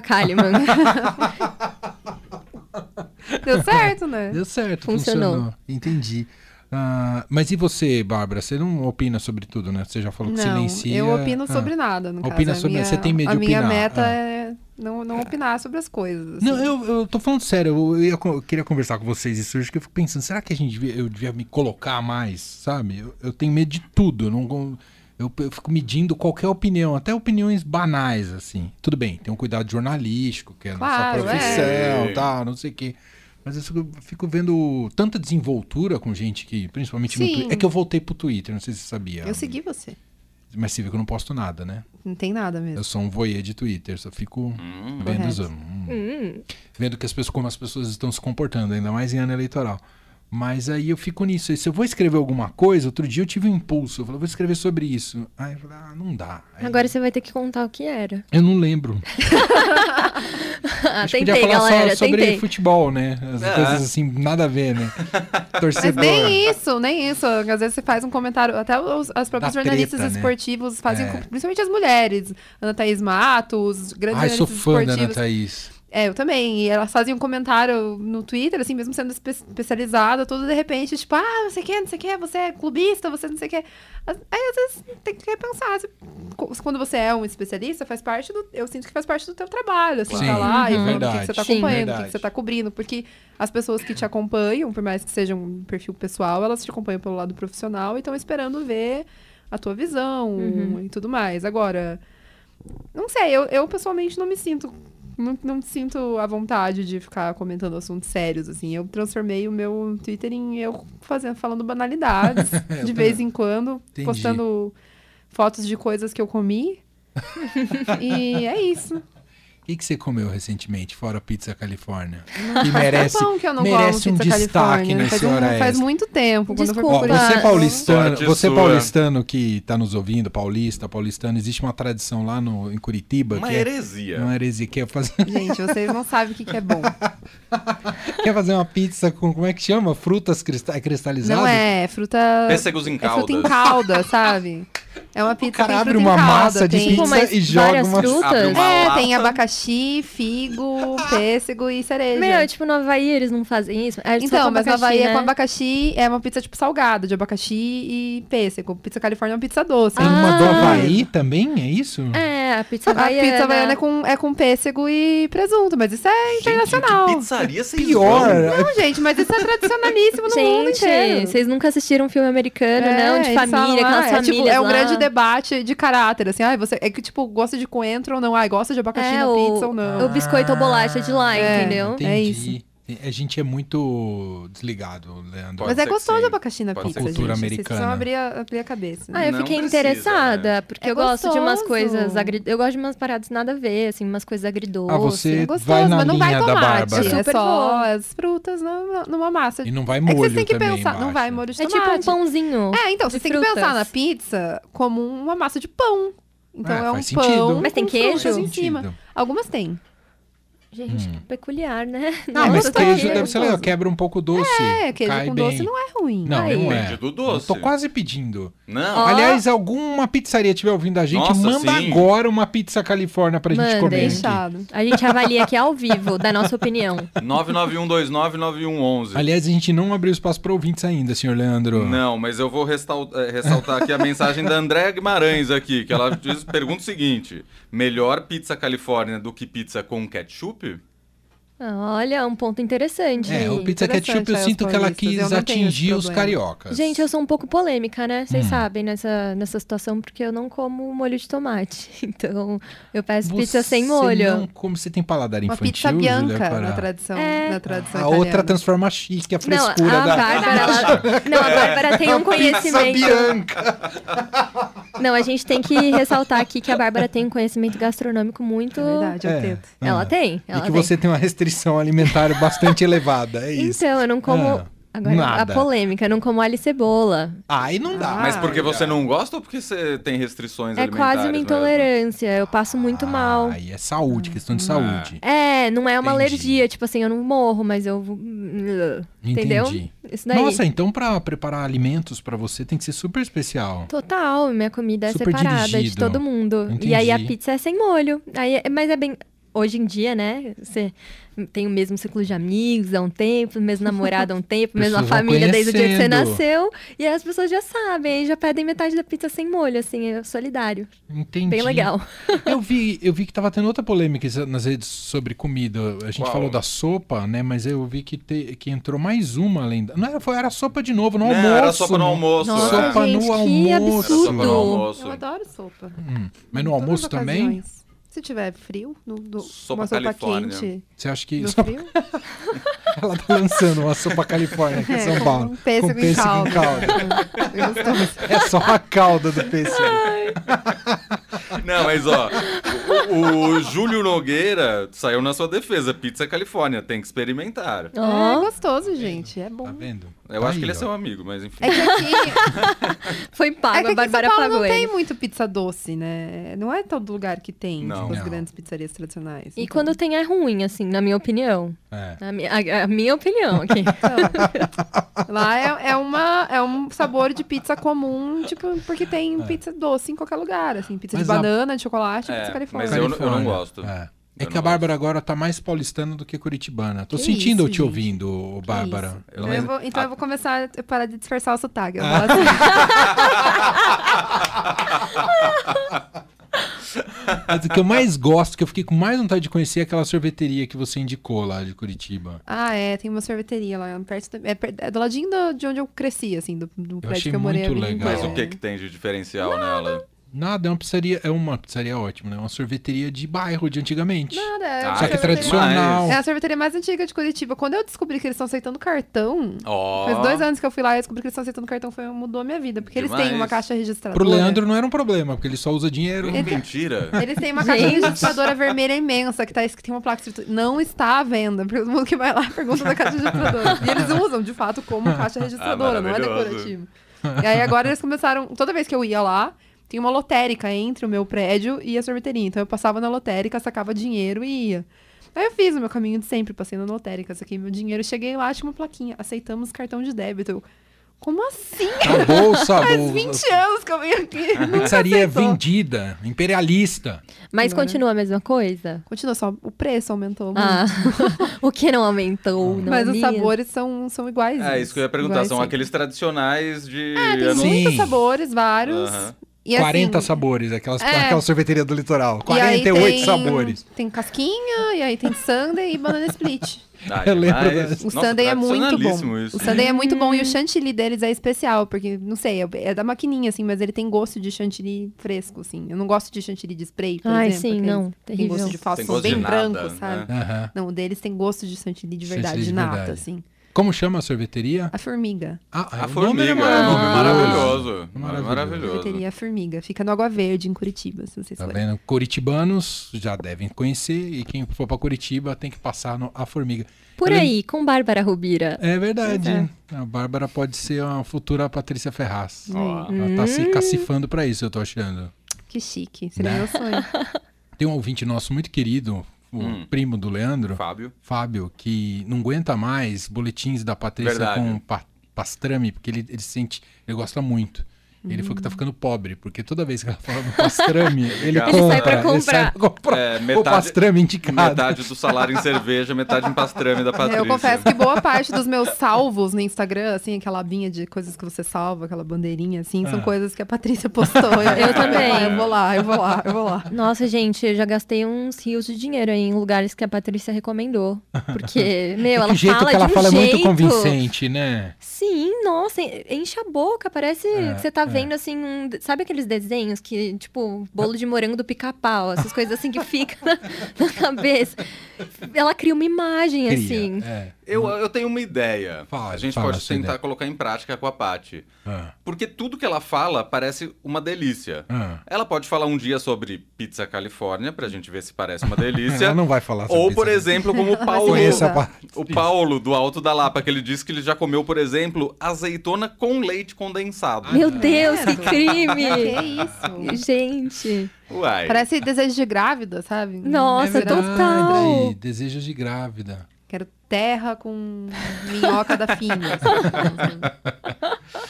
Kalimann.
Deu certo, né?
Deu certo, funcionou.
Funcionou.
Entendi. Ah, mas e você, Bárbara? Você não opina sobre tudo, né? Você já falou que
Não,
silencia.
eu opino
Ah.
sobre nada, no
Opina
caso. A
sobre-
minha,
você tem medo
A
de
minha
opinar,
meta
ah.
é não, não opinar sobre as coisas. assim.
Não, eu, eu tô falando sério. Eu, eu ia con- eu queria conversar com vocês isso hoje, que eu fico pensando, será que a gente devia, eu devia me colocar mais, sabe? Eu, eu tenho medo de tudo. Eu, não, con- eu, eu fico medindo qualquer opinião, até opiniões banais, assim. Tudo bem, tem um cuidado jornalístico, que é a nossa
Claro,
profissão,
é.
tal, não sei o quê. Mas eu fico, fico vendo tanta desenvoltura com gente que, principalmente no
Sim.
Twitter. É que eu voltei pro Twitter, não sei se você sabia.
Eu segui você.
Mas você vê que eu não posto nada, né?
Não tem nada mesmo.
Eu sou um voyeur de Twitter, só fico vendo, os- hum, vendo que as pessoas, como as pessoas estão se comportando, ainda mais em ano eleitoral. Mas aí eu fico nisso. E se eu vou escrever alguma coisa, outro dia eu tive um impulso. Eu falei, vou escrever sobre isso. Aí eu falei, ah, não dá. Aí
Agora você vai ter que contar o que era.
Eu não lembro.
Ah,
Ah,
Acho que
tentei,
podia falar
galera,
só sobre
tentei.
futebol, né? As
É.
coisas assim, nada a ver, né?
Mas
Torcedor.
nem isso, nem isso. Às vezes você faz um comentário, até os, as próprios
Da
jornalistas
treta, né?
esportivos fazem,
É.
com- principalmente as mulheres. Ana Thaís Matos, grandes
Ai, sou
jornalistas
fã da
esportivos.
Ana Thaís.
É, eu também. E elas fazem um comentário no Twitter, assim, mesmo sendo espe- especializada, tudo de repente, tipo, ah, não sei o que, não sei o que, você é clubista, você não sei o que. Aí às vezes tem que repensar. se- co- Quando você é um especialista, faz parte do. Eu sinto que faz parte do teu trabalho, assim,
Sim,
tá lá e
uhum.
falando o que que você tá
verdade.
Sim.
acompanhando, o que que,
Verdade.
você tá cobrindo. Porque as pessoas que te acompanham, por mais que seja um perfil pessoal, elas te acompanham pelo lado profissional e estão esperando ver a tua visão e tudo mais. Agora. Não sei, eu, eu pessoalmente não me sinto. Não, não me sinto à vontade de ficar comentando assuntos sérios, assim. Eu transformei o meu Twitter em eu fazendo, falando banalidades de vez em quando,
Entendi.
postando fotos de coisas que eu comi. e é isso.
O que, que você comeu recentemente, fora Pizza Califórnia? Que merece,
Pão É que eu não
merece
como
um
pizza
destaque
Califórnia.
nesse
Faz, um-
hora
faz
extra.
muito tempo. Quando eu fui
Desculpa.
Ó,
Por
procurar.
você paulistano,
Sorte
você
sua.
paulistano que tá nos ouvindo, paulista, paulistano, existe uma tradição lá no, em Curitiba
Uma
que é
heresia.
uma heresia, que é fazer,
Gente, vocês não sabem o que, que é bom.
que é fazer uma pizza com, como é que chama? Frutas crista- cristalizadas?
Não é, é fruta.
Pêssegos em
É fruta em
calda.
calda, sabe? É uma pizza
O cara
tem
abre
fruta em
uma
calda,
massa de
tem-
pizza
Pô, mas
e joga
várias
uma...
frutas?
Abre uma-
É,
lata.
tem abacaxi, figo, pêssego e cereja.
Meu, tipo, no Havaí eles não fazem isso. É, eles
então,
fazem
mas na
abacaxi,
Bahia
né?
com abacaxi é uma pizza tipo salgada, de abacaxi e pêssego. Pizza Califórnia é uma pizza doce.
Tem uma do
Ah.
Havaí também, é isso?
É, a pizza
A
baiana.
pizza baiana é com, é com pêssego e presunto, mas isso é internacional.
Gente, que pizzaria vocês
Pior,
vão?
é
Não, gente, mas isso é tradicionalíssimo no mundo
Gente,
inteiro.
vocês nunca assistiram um filme americano, não? De
eles falam,
família,
ah,
aquelas
é, tipo,
famílias
é um
lá.
grande debate de caráter, assim, ah, você é que tipo gosta de coentro ou não, ah, gosta de abacaxi
É,
na
o,
pizza ou não.
o biscoito ou bolacha de lá,
É.
entendeu?
É isso.
A gente é muito desligado, Leandro.
mas
Pode
é
ser
gostoso
que sim.
abacaxi na
Pode
pizza,
ser que
gente.
sim. Cultura
Vocês precisam
americana.
abrir a, abrir a cabeça.
Ah, eu
Não
fiquei
precisa,
interessada,
né?
porque
É
eu gosto de umas
gostoso.
coisas agri... Eu gosto de umas paradas nada a ver, assim, umas coisas agridoces.
Ah, você
É gostoso,
vai na
mas não
linha
vai
da
tomate.
Bárbara.
Eu
É
super
só
vou.
as frutas numa, numa massa.
E não vai
é que
molho
vocês têm que
também
pensar. Não
embaixo.
vai molho de
É tipo
tomate.
um pãozinho.
É, então,
de
você tem que
frutas.
pensar na pizza como uma massa de pão. Então
Ah,
é um
faz
pão.
sentido.
Mas tem
com frutas
queijo?
em cima. Algumas tem.
Gente, que peculiar, né?
Não,
É
Hum. Ah, mas
Nossa,
gostoso,
queijo
que-
deve ser legal, quebra um pouco o doce.
É, queijo
cai
com
bem.
doce não é ruim.
Não,
Aí.
não é.
Depende do
Eu tô
doce.
quase pedindo.
Não,
Ó.
Aliás, alguma pizzaria estiver ouvindo a gente,
Nossa,
manda
sim.
agora uma pizza Califórnia pra gente
Mandem.
comer. aqui.
Fechado.
A gente avalia aqui ao vivo, da nossa opinião.
991299111.
Aliás, a gente não abriu espaço para ouvintes ainda, senhor Leandro.
Não, mas eu vou restal- eh, ressaltar aqui a mensagem da Andréa Guimarães aqui, que ela diz, pergunta o seguinte: melhor pizza Califórnia do que pizza com ketchup?
Ah, Olha, um ponto interessante.
É, o Pizza
Interessante,
Ketchup eu
é,
sinto
os
que ela
paulistas, eu não
quis
tenho
atingir
esse
os
problema.
cariocas.
Gente, eu sou um pouco polêmica, né?
Hum.
Vocês sabem nessa, nessa situação, porque eu não como molho de tomate. Então, eu peço pizza sem molho.
Não, como você tem paladar
Uma
infantil,
pizza
Júlia
bianca
Pará?
na tradição,
É.
na tradição
A
italiana.
outra transforma chique, a
Não, a
frescura da...
Bárbara, ela- não, a Bárbara tem um
Pizza
conhecimento.
Bianca.
Não, a gente tem que ressaltar aqui que a Bárbara tem um conhecimento gastronômico muito.
É verdade, eu
É.
tento.
Ela
Ah.
tem. Ela
e que
tem.
você tem uma restrição alimentar bastante elevada, é isso.
Então, eu não como.
Ah,
agora,
nada.
a polêmica, eu não como alho e cebola.
Aí não dá.
Ah,
Mas porque você não gosta ou porque você tem restrições
É
alimentares? né?
quase uma
mesmo?
intolerância. Eu passo muito mal.
Aí é saúde, questão de saúde.
É, não é uma
Entendi.
alergia. Tipo assim, eu não morro, mas eu. hum, Entendeu?
Entendi.
Isso daí.
Nossa, então pra preparar alimentos pra você tem que ser super especial.
Total, minha comida é
Super
separada de
dirigido.
todo mundo.
Entendi.
E aí a pizza é sem molho. Aí, é- mas é bem. Hoje em dia, né? Você tem o mesmo ciclo de amigos há um tempo, o mesmo namorado há um tempo, a mesma
Pessoas vão
família desde o dia que você
conhecendo.
nasceu. E aí as pessoas já sabem, aí já pedem metade da pizza sem molho, assim, é solidário.
Entendi.
Bem legal.
Eu vi, eu vi que tava tendo outra polêmica isso- nas redes sobre comida. A gente
Qual?
falou da sopa, né? Mas eu vi que, te- que entrou mais uma além. da- Não era, foi, era sopa de novo, no
Não,
almoço. né?
era sopa no almoço.
Nossa,
é.
Sopa
gente,
no
que
almoço.
Era sopa no
absurdo.
almoço.
Eu adoro sopa.
Hum, Mas
Em
no
todas
almoço
as
também?
ocasiões. Se tiver frio, no, do,
Sopa
uma sopa
Califórnia.
quente
Você acha que
no
só-
frio.
ela tá lançando uma sopa Califórnia aqui em
É,
São
com
Paulo? Um
pêssego
com
em calda.
calda.
É gostoso.
É só a calda do pêssego.
Não, mas ó, o, o Júlio Nogueira saiu na sua defesa. Pizza Califórnia, tem que experimentar.
É
Ó,
gostoso, gente. É bom.
Tá vendo?
Eu
Tá
acho que
aí,
ele é
ó.
seu amigo, mas enfim.
É que aqui,
foi
é
pago,
que aqui
a
em São
Bárbara
Paulo
pagou
não tem
ele.
muito pizza doce, né? Não é todo lugar que tem,
Não.
tipo, as
Não.
grandes pizzarias tradicionais.
E
Então-
quando tem é ruim, assim, na minha opinião.
É.
A, mi- a- a minha opinião aqui.
Então, lá é, é uma, é um sabor de pizza comum, tipo, porque tem pizza doce em qualquer lugar, assim, pizza
Mas
de
a-
banana, de chocolate,
É,
pizza
mas
califórnia.
eu não- eu não gosto.
É. É
Eu
que a
não
Bárbara agora tá mais paulistana do que curitibana. Tô
Que
sentindo eu
isso,
te
gente.
ouvindo, ô
Que
Bárbara.
isso. Então,
Mas-
eu vou, então
Ah.
eu vou começar a parar de disfarçar o sotaque. Eu falo assim,
Mas o que eu mais gosto, que eu fiquei com mais vontade de conhecer, é aquela sorveteria que você indicou lá de Curitiba.
ah, é, tem uma sorveteria lá, perto do, é, per- é do ladinho do- de onde eu cresci, assim, do, do prédio
achei
que eu morei. então. a
muito
vida
legal.
Mas
inteira.
o que, que tem de diferencial nela?
Nada, é uma pizzaria, é uma pizzaria ótima, né? Uma sorveteria de bairro de antigamente.
Nada, é
Ah,
uma
Só que é
isso é
sorveteria-
tradicional.
É a sorveteria mais antiga de Curitiba. Quando eu descobri que eles estão aceitando cartão,
Ó.
é, Faz dois anos que eu fui lá e descobri que eles estão aceitando cartão, foi, mudou a minha vida. Porque eles
Demais.
têm uma caixa registradora.
Pro Leandro não era um problema, porque ele só usa dinheiro.
É.
Hum,
Então,
Mentira.
Eles têm uma caixa registradora vermelha imensa, que tá escrito, tem uma placa escrito, não está à venda. Porque todo mundo que vai lá pergunta da caixa registradora. E eles usam, de fato, como caixa registradora, não é
maravilhoso.
decorativo. E aí agora eles começaram, toda vez que eu ia lá, tinha uma lotérica entre o meu prédio e a sorveteria. Então eu passava na lotérica, sacava dinheiro e ia. Aí eu fiz o meu caminho de sempre, passei na lotérica, saquei meu dinheiro, cheguei lá, tinha uma plaquinha, aceitamos cartão de débito. Eu, como assim?
Tá, A bolsa, a
Faz
bolsa.
20 anos que eu venho aqui.
A
nunca
pizzaria é
aceitou.
vendida, imperialista.
Mas
Agora-
continua a mesma coisa?
Continua só, o preço
Hum.
aumentou.
Ah, o que não aumentou?
muito.
Não
Mas os
minha?
sabores são, são iguais. né?
É isso que eu ia perguntar.
Iguais
São
sempre.
aqueles tradicionais de.
Ah, Tem
eu não-
Sim.
muitos sabores, vários.
Aham.
E assim,
40 sabores, aquelas,
É.
aquela sorveteria do litoral.
e aí
48
tem-
sabores.
Tem casquinha, e aí tem sundae e banana split.
Ah,
Eu lembro
demais.
dessa.
O
Nossa,
sundae é muito
tradicionalíssimo
bom.
isso.
O sundae é muito bom e o chantilly deles é especial, porque, não sei, é- é da maquininha, assim, mas ele tem gosto de chantilly fresco, assim. Eu não gosto de chantilly de spray, por
Ai,
exemplo.
sim,
aqueles
não,
que Tem
terrível.
gosto de falso,
Tem
são
gosto de
bem
nada,
branco, sabe?
né?
Aham.
Não, o deles tem gosto de chantilly de verdade,
Chantilly de
de nata,
verdade.
assim.
Como chama a sorveteria?
A formiga.
Ah,
A
o nome
formiga,
é
é um nome
maravilhoso.
maravilhoso.
Maravilhoso.
Maravilhoso.
Sorveteria Formiga. Fica no Água Verde, em Curitiba, se vocês
Tá
forem.
vendo? Curitibanos já devem conhecer e quem for pra Curitiba tem que passar no A Formiga.
Por
Eu lem-
aí, com Bárbara Rubira.
É verdade. A Bárbara pode ser uma futura Patrícia Ferraz.
Ó.
Ela tá se cacifando pra isso, eu tô achando.
Que chique. Seria meu sonho.
Tem um ouvinte nosso muito querido, o primo do Leandro,
Fábio.
Fábio, que não aguenta mais boletins da Patrícia
Verdade.
com pa- pastrame, porque ele, ele sente, ele gosta muito. Ele falou
Hum.
que tá ficando pobre, porque toda vez que ela fala do pastrame, ele,
Ele
compra.
sai pra comprar.
pra comprar
É,
o
metade-
pastrame indicado.
Metade do salário em cerveja, metade em pastrame da Patrícia.
Eu confesso que boa parte dos meus salvos no Instagram, assim, aquela abinha de coisas que você salva, aquela bandeirinha, assim,
Ah.
são coisas que a Patrícia postou.
Eu também.
Ah, Eu vou lá, eu vou lá, eu vou lá.
Nossa, gente, eu já gastei uns rios de dinheiro aí em lugares que a Patrícia recomendou. Porque, meu,
É que
ela
o jeito
fala
que ela
de um
fala é
jeito...
muito convincente, né?
Sim, nossa, en- enche a boca. Parece
É,
que você tá
é.
vendo, assim, um... sabe aqueles desenhos que, tipo, bolo de morango do pica-pau, essas coisas assim que fica na, na cabeça. Ela cria uma imagem,
Cria,
assim.
é.
Eu, eu tenho uma ideia.
Fala,
a gente
fala
pode
essa
tentar
ideia.
colocar em prática com a Paty.
Ah,
Porque tudo que ela fala parece uma delícia.
ah.
Ela pode falar um dia sobre pizza Califórnia, pra gente ver se parece uma delícia.
Ela não vai falar sobre
Ou,
isso,
por
né?
exemplo, como o Paulo.
Conheça a parte.
O Paulo, do Alto da Lapa, que ele disse que ele já comeu, por exemplo, azeitona com leite condensado.
Ah,
Meu Deus, que
Que
crime!
isso?
Gente,
Uai.
Parece desejo de grávida, sabe?
Nossa,
É verdade.
total.
Ai, desejos de grávida.
Quero terra com minhoca da finha. sabe?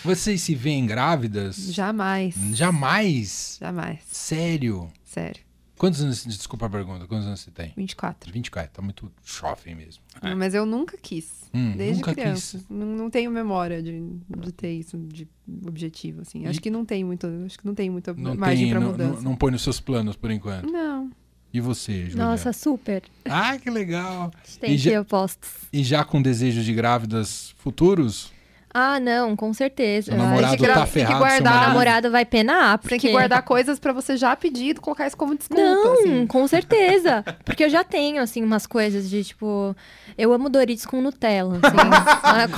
Vocês se veem grávidas?
Jamais.
Jamais?
Jamais.
Sério?
Sério.
Quantos anos, desculpa a pergunta, quantos anos você tem?
24.
24, tá muito jovem mesmo.
É.
Não, Mas eu nunca quis.
Hum,
desde
nunca
criança.
quis.
Não, não tenho memória de, de ter isso de objetivo, assim. Acho
E-
que não tem muito. Acho que não tem muita
Não,
margem
tem,
pra
não, não,
mudança.
não põe nos seus planos por enquanto.
Não.
E você, Julia?
nossa, super.
Ah, que legal.
Tem
E
que
já,
eu posto.
e já com desejos de grávidas futuros?
Ah, não, com certeza.
O
Ai,
namorado
namorado gra-
tá
Ah, tem que
ferrado. seu
guardar.
O
marido-
namorado vai
Você
penar,
tem
porque...
que guardar coisas pra você já pedir e colocar isso como desculpa.
Não,
assim.
com certeza. Porque eu já tenho, assim, umas coisas de, tipo... Eu amo Doritos com Nutella, assim.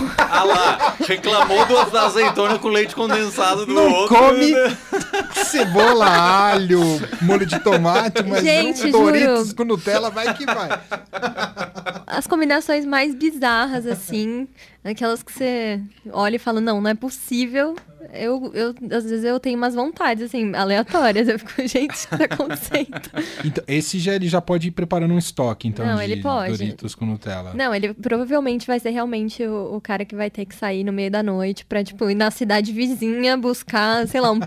Ah,
Ah lá, reclamou do da azeitona com leite condensado do
Não
outro.
come
né?
cebola, alho, molho de tomate, mas
Gente,
um Doritos
juro.
com Nutella vai que vai.
com- As combinações mais bizarras, assim. Aquelas que você olha e fala, não, não é possível. Eu, eu, às vezes eu tenho umas vontades, assim, aleatórias. Eu fico, gente, o que tá acontecendo?
Então, esse já, ele já pode ir preparando um estoque, então,
Não,
de
ele pode.
Doritos com Nutella.
Não, ele provavelmente vai ser realmente o, o cara que vai ter que sair no meio da noite pra, tipo, ir na cidade vizinha buscar, sei lá, um,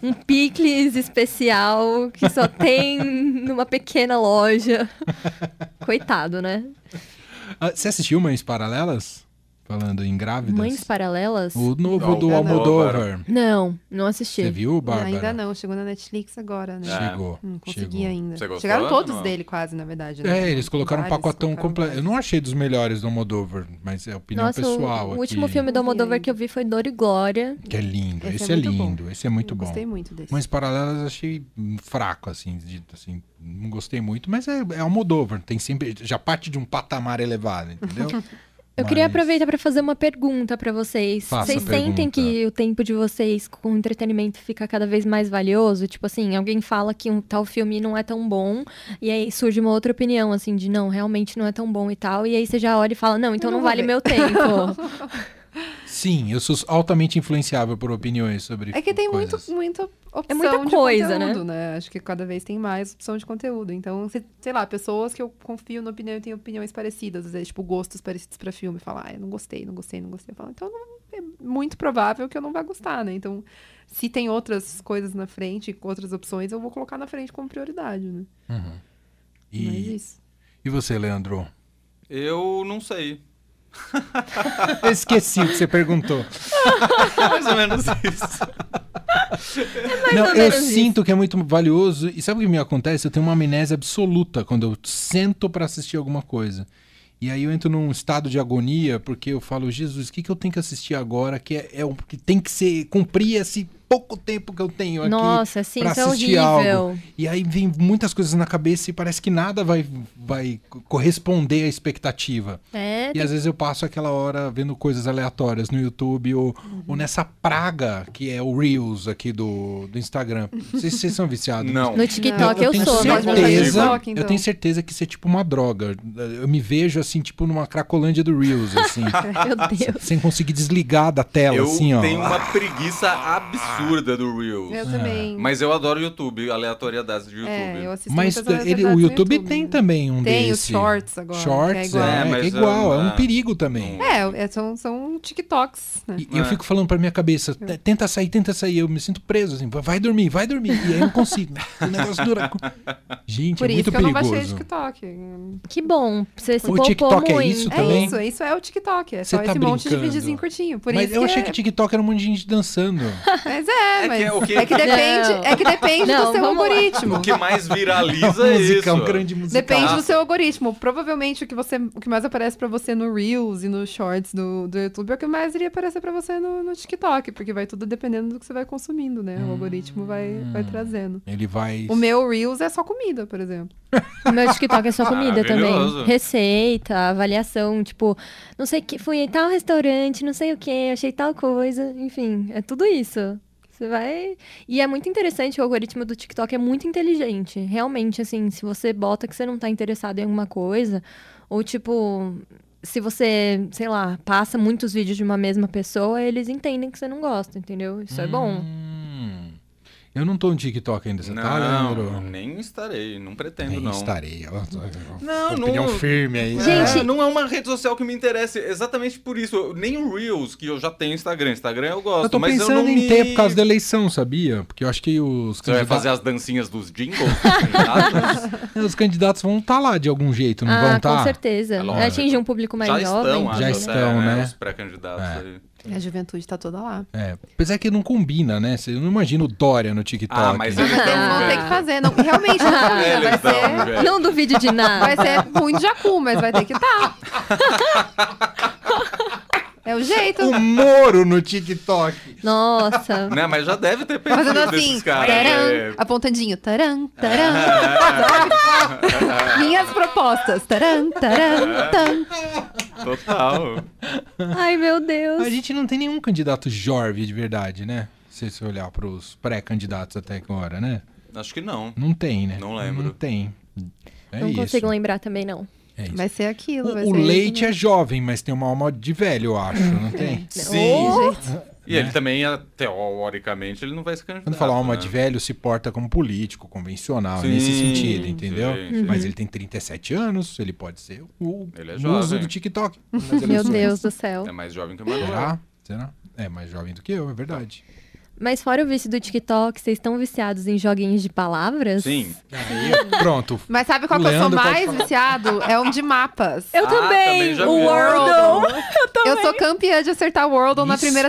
um picles especial que só tem numa pequena loja. Coitado, né?
Ah, você assistiu Mães Paralelas? Falando em grávidas?
Mães paralelas?
O novo
Não,
do
não.
Almodóvar.
Não, não
Você
assisti.
viu, Bárbara?
Ainda não, chegou na Netflix agora, né?
É.
Chegou.
Não consegui
chegou.
ainda.
Você gostou
Chegaram todos
ou não?
dele, quase, na verdade. né?
É, eles colocaram um
Vários,
pacotão
colocaram
completo. Eu
vários.
não é achei dos melhores do Almodóvar, mas é opinião
Nossa, o-
pessoal
o,
aqui.
último filme do
Não vi
Almodóvar
ainda.
que eu vi foi Dor e Glória.
Que é lindo. Esse,
Esse
é,
é muito
lindo. Esse é muito
Eu
bom.
Gostei muito desse.
Mas paralelas achei hum, fraco, assim, de- assim, não gostei muito, mas é, é Almodóvar, tem sempre, já parte de um patamar elevado, entendeu?
Eu queria
Mas-
aproveitar pra fazer uma pergunta pra vocês.
Faça
vocês
a pergunta.
sentem que o tempo de vocês com entretenimento fica cada vez mais valioso? Tipo assim, alguém fala que um tal filme não é tão bom e aí surge uma outra opinião assim de não, realmente não é tão bom e tal, e aí você já olha e fala, não, então
Eu não
não,
vou
vale
ver."
meu tempo.
Sim, eu sou altamente influenciável por opiniões sobre
É que tem muito,
coisas.
muita opção
É muita
de
coisa,
conteúdo, né? Acho que cada vez tem mais opção de conteúdo. Então, se- sei lá, pessoas que eu confio na opinião e têm opiniões parecidas, às vezes, tipo, gostos parecidos pra filme, falar, ah, eu não gostei, não gostei, não gostei. Eu falo, então não- é muito provável que eu não vá gostar, né? Então, se tem outras coisas na frente, outras opções, eu vou colocar na frente como prioridade, né? Mas
E,
isso.
e você, Leandro?
Eu não sei.
Eu esqueci o que você perguntou.
É Mais ou menos assim. isso.
Não,
ou
eu
menos
sinto que é muito valioso. E sabe o que me acontece? Eu tenho uma amnésia absoluta quando eu sento pra assistir alguma coisa. E aí eu entro num estado de agonia, porque eu falo, Jesus, o que, que eu tenho que assistir agora? Que é, é o que tem que ser, cumprir esse pouco tempo que eu tenho aqui.
Nossa, assim,
pra
isso é
assistir
horrível.
algo. E aí vem muitas coisas na cabeça e parece que nada vai, vai co- corresponder à expectativa.
É,
E às vezes eu passo aquela hora vendo coisas aleatórias no YouTube ou,
Uhum.
ou nessa praga que é o Reels aqui do, do Instagram. Vocês, vocês são viciados?
Não.
no TikTok
Não,
eu,
tenho
sou,
né?
certeza,
Não, então.
Eu tenho certeza que isso é tipo uma droga. Eu me vejo assim, tipo numa cracolândia do Reels, assim.
mas meu Deus.
sem conseguir desligar da tela,
Eu
assim, ó.
tenho uma preguiça absurda do Reels.
Ah,
Eu também.
Mas eu adoro YouTube, aleatoriedades de YouTube.
é, eu assisto
Mas
muitas
ele,
aleatoriedades
o
no né?
YouTube, tem também um
Tem os
desse.
shorts agora. que é
Shorts,
igual.
é,
É,
que é
mas
igual. É
eu-
um
é.
perigo também.
É, é, são, são TikToks, né?
E eu
É.
fico falando pra minha cabeça, "T- tenta sair, tenta sair. Eu me sinto preso, assim, "Vai- vai dormir, vai dormir. E aí eu não consigo. o negócio dura. Gente,
Por
é
isso
muito
que eu não
perigoso.
baixei o TikTok.
Que bom, você se
O
poupou
TikTok é
muito.
isso
É
também?
isso, isso é o TikTok. É
Você
só
tá
esse monte de
brincando.
videozinho curtinho. Por
Mas
isso
eu
que
achei
é-
que TikTok era um monte de gente dançando.
Mas é,
que
mas.
é o que-
depende,
Não.
é que depende
Não,
do seu
vamos lá.
algoritmo.
O que mais viraliza é
música,
isso.
um grande musical.
Depende do
Nossa.
seu algoritmo. Provavelmente o que, você, o que mais aparece pra você no Reels e nos Shorts do, do YouTube é o que mais iria aparecer pra você no, no TikTok, porque vai tudo dependendo do que você vai consumindo, né? O algoritmo vai, vai trazendo.
Ele vai...
O meu Reels é só comida, por exemplo.
O meu TikTok é só comida
Maravilhoso.
também. Receita, avaliação, tipo, não sei que. Fui em tal restaurante, não sei o que, achei tal coisa. Enfim, é tudo isso. Você vai. E é muito interessante, o algoritmo do TikTok é muito inteligente. Realmente, assim, se você bota que você não tá interessado em alguma coisa, ou tipo. Se você, sei lá, passa muitos vídeos de uma mesma pessoa, eles entendem que você não gosta, entendeu? Isso é bom.
Hum. Eu não tô no TikTok ainda, você
Não,
tá, Leandro?
nem estarei, não pretendo,
Nem
não.
estarei.
Não, não-
Opinião firme aí.
Gente-
É, não é uma rede social que me interessa, exatamente por isso. Eu- Nem o Reels, que eu já tenho Instagram. Instagram eu gosto,
Eu tô
mas eu
pensando
não
em
me...
ter por causa da eleição, sabia? Porque eu acho que os
Você vai
candidatos...
fazer as dancinhas dos jingles? dos candidatos?
Os candidatos vão estar lá de algum jeito, não
ah,
vão tá?
com
estar?
certeza.
É lógico.
Atingir um público mais
já
jovem.
estão, ah, acho,
Já
até,
estão, né?
Os pré-candidatos
É.
aí.
A juventude tá toda lá.
É, apesar que não combina, né? Cê- Eu não imagino o Dória no TikTok.
Ah, mas
Mas eles
Ah.
vão ter que fazer. Não, realmente, não combina, vai
Eles dão,
ser.
velho.
Não duvide de nada.
Vai ser muito jacu, mas vai ter que estar. tá. É o jeito.
Um
O Moro no TikTok.
Nossa.
Né, mas já deve ter perdido
Fazendo assim,
desses caras.
taran,
é.
apontandinho, taran, taran. Minhas propostas, taran,
É.
taran, tan.
Total.
Ai, meu Deus.
A gente não tem nenhum candidato jovem de verdade, né? Se você olhar pros pré-candidatos até agora, né?
Acho que não.
Não tem, né?
Não lembro.
Não tem. É
não
isso.
consigo lembrar também, não.
É isso.
Vai ser aquilo, vai
o o
ser
leite
isso.
né?
é jovem, mas tem uma alma de velho, eu acho,
É,
não tem?
Sim.
Ô,
E ele também, é, teoricamente, ele não vai se candidatar.
Quando fala alma
né?
de velho, se porta como político, convencional,
Sim,
nesse sentido, entendeu?
sim, sim.
Mas ele tem 37 anos, ele pode ser o
Ele é
uso
jovem.
do TikTok. nas
Meu
eleições.
Deus do céu.
É mais jovem que o Manuel.
Será? Será? É mais jovem do que eu, é verdade.
Mas fora o vício do TikTok, vocês estão viciados em joguinhos de palavras?
Sim.
Pronto.
Mas sabe qual que eu sou
Leandro tá pode
mais
falar.
viciado? É um de mapas.
Eu
Ah,
também!
também já
o
vi.
Wordle! Eu também!
Eu sou campeã de acertar o Wordle na primeira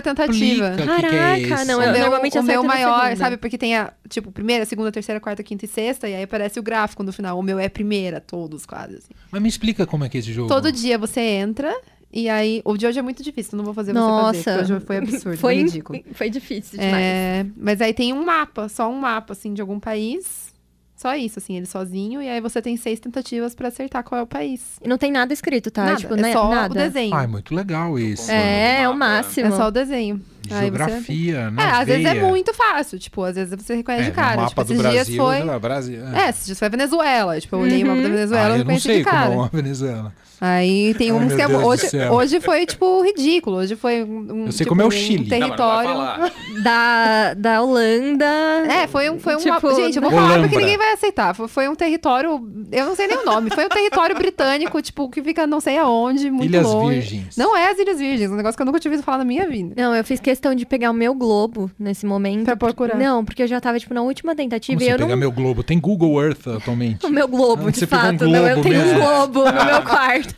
Explica
tentativa.
o que que é
Caraca,
isso.
não,
O
eu-
meu,
Normalmente
o meu
acerta na
maior,
segunda.
sabe? Porque tem a, tipo, primeira, segunda, terceira, quarta, quinta e sexta, e aí aparece o gráfico no final. O meu é primeira, todos quase, assim.
Mas me explica como é que é esse jogo.
Todo dia você entra, e aí... O de hoje é muito difícil, não vou fazer você fazer,
Nossa.
porque hoje foi absurdo,
foi
foi ridículo.
Foi difícil demais.
É, mas aí tem um mapa, só um mapa, assim, de algum país. Só isso, assim, ele sozinho. E aí você tem seis tentativas pra acertar qual é o país.
E Não tem nada escrito, tá?
nada,
tipo,
é
né?
só
nada.
o desenho.
Ah, é muito legal isso.
É, é o
Mapa, né?
máximo.
é só o desenho. Aí você-
Geografia, né?
É, às vezes é
Veia.
muito fácil. Tipo, às vezes você
É,
reconhece de
no
cara.
mapa
Tipo,
do
esses dias
Brasil,
foi...
sei lá, Brasil.
É, esses dias foi a Venezuela. Tipo, eu olhei
Uhum.
o mapa da Venezuela
Ah,
e
eu não
reconheci de
sei como
cara.
é uma Venezuela.
Aí tem
Ai,
uns
meu
que é...
Deus do
hoje,
céu.
hoje foi, tipo, ridículo. Hoje foi um, um,
Eu sei
tipo,
como é o
um
Chile.
Não, mas não vai
território...
falar.
Da, da Holanda.
É, foi um. Foi um
Tipo,
gente, eu vou
não-
falar
Olambra.
porque ninguém vai aceitar. Foi, foi um território. Eu não sei nem o nome. Foi um território britânico, tipo, que fica não sei aonde, muito
Ilhas
longe.
Virgens.
Não é as Ilhas Virgens, um negócio que eu nunca tinha ouvido falar na minha vida.
Não, eu fiz questão de pegar o meu Globo nesse momento.
Pra procurar.
Não, porque eu já tava, tipo, na última
Como
tentativa e
você
eu
pegar
não.
meu globo? Tem Google Earth atualmente.
O meu Globo,
Ah,
de
você pegou um
fato. não, eu
Globo
tenho um
mesmo.
Globo no meu quarto.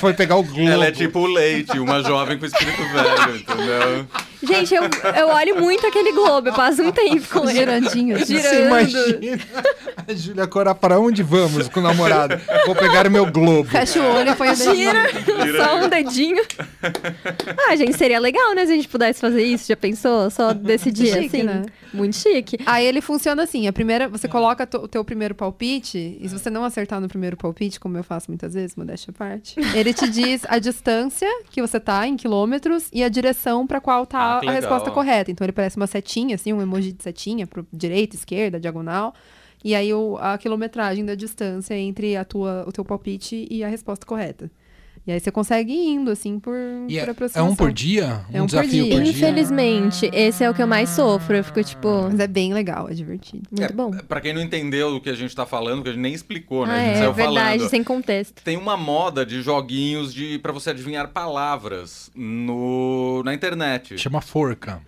Foi pegar o globo.
Ela é tipo o leite, uma jovem com espírito velho, entendeu?
Gente, eu, eu olho muito aquele Globo, eu passo um tempo com ele.
Girandinho.
Você
girando.
imagina a Júlia Cora, para onde vamos com o namorado? Vou pegar o meu globo.
Fecha o olho e põe o dedo.
Gira, só um dedinho. Ah, gente, seria legal, né, se a gente pudesse fazer isso. Já pensou? Só decidir
Chique,
assim.
né?
Muito chique.
Aí ele funciona assim, a primeira, você coloca to- o teu primeiro palpite, e se você não acertar no primeiro palpite, como eu faço muitas vezes, modéstia à parte, ele te diz a distância que você tá em quilômetros e a direção pra qual tá
Ah, que
a
legal.
resposta correta. Então ele parece uma setinha assim, um emoji de setinha pro direita, esquerda, diagonal, e aí o- a quilometragem da distância entre a tua, o teu palpite e a resposta correta. E aí você consegue ir indo assim por,
E é,
por
é
aproximação.
um por dia?
É um por
desafio
dia.
por dia?
Infelizmente, esse é o que eu mais sofro. Eu fico, tipo,
Mas é bem legal, é divertido.
muito bom.
Pra quem não entendeu o que a gente tá falando, que a gente nem explicou, né?
Ah,
a gente
é,
saiu
verdade,
falando.
sem contexto.
Tem uma moda de joguinhos de para você adivinhar palavras no, na internet.
Chama forca.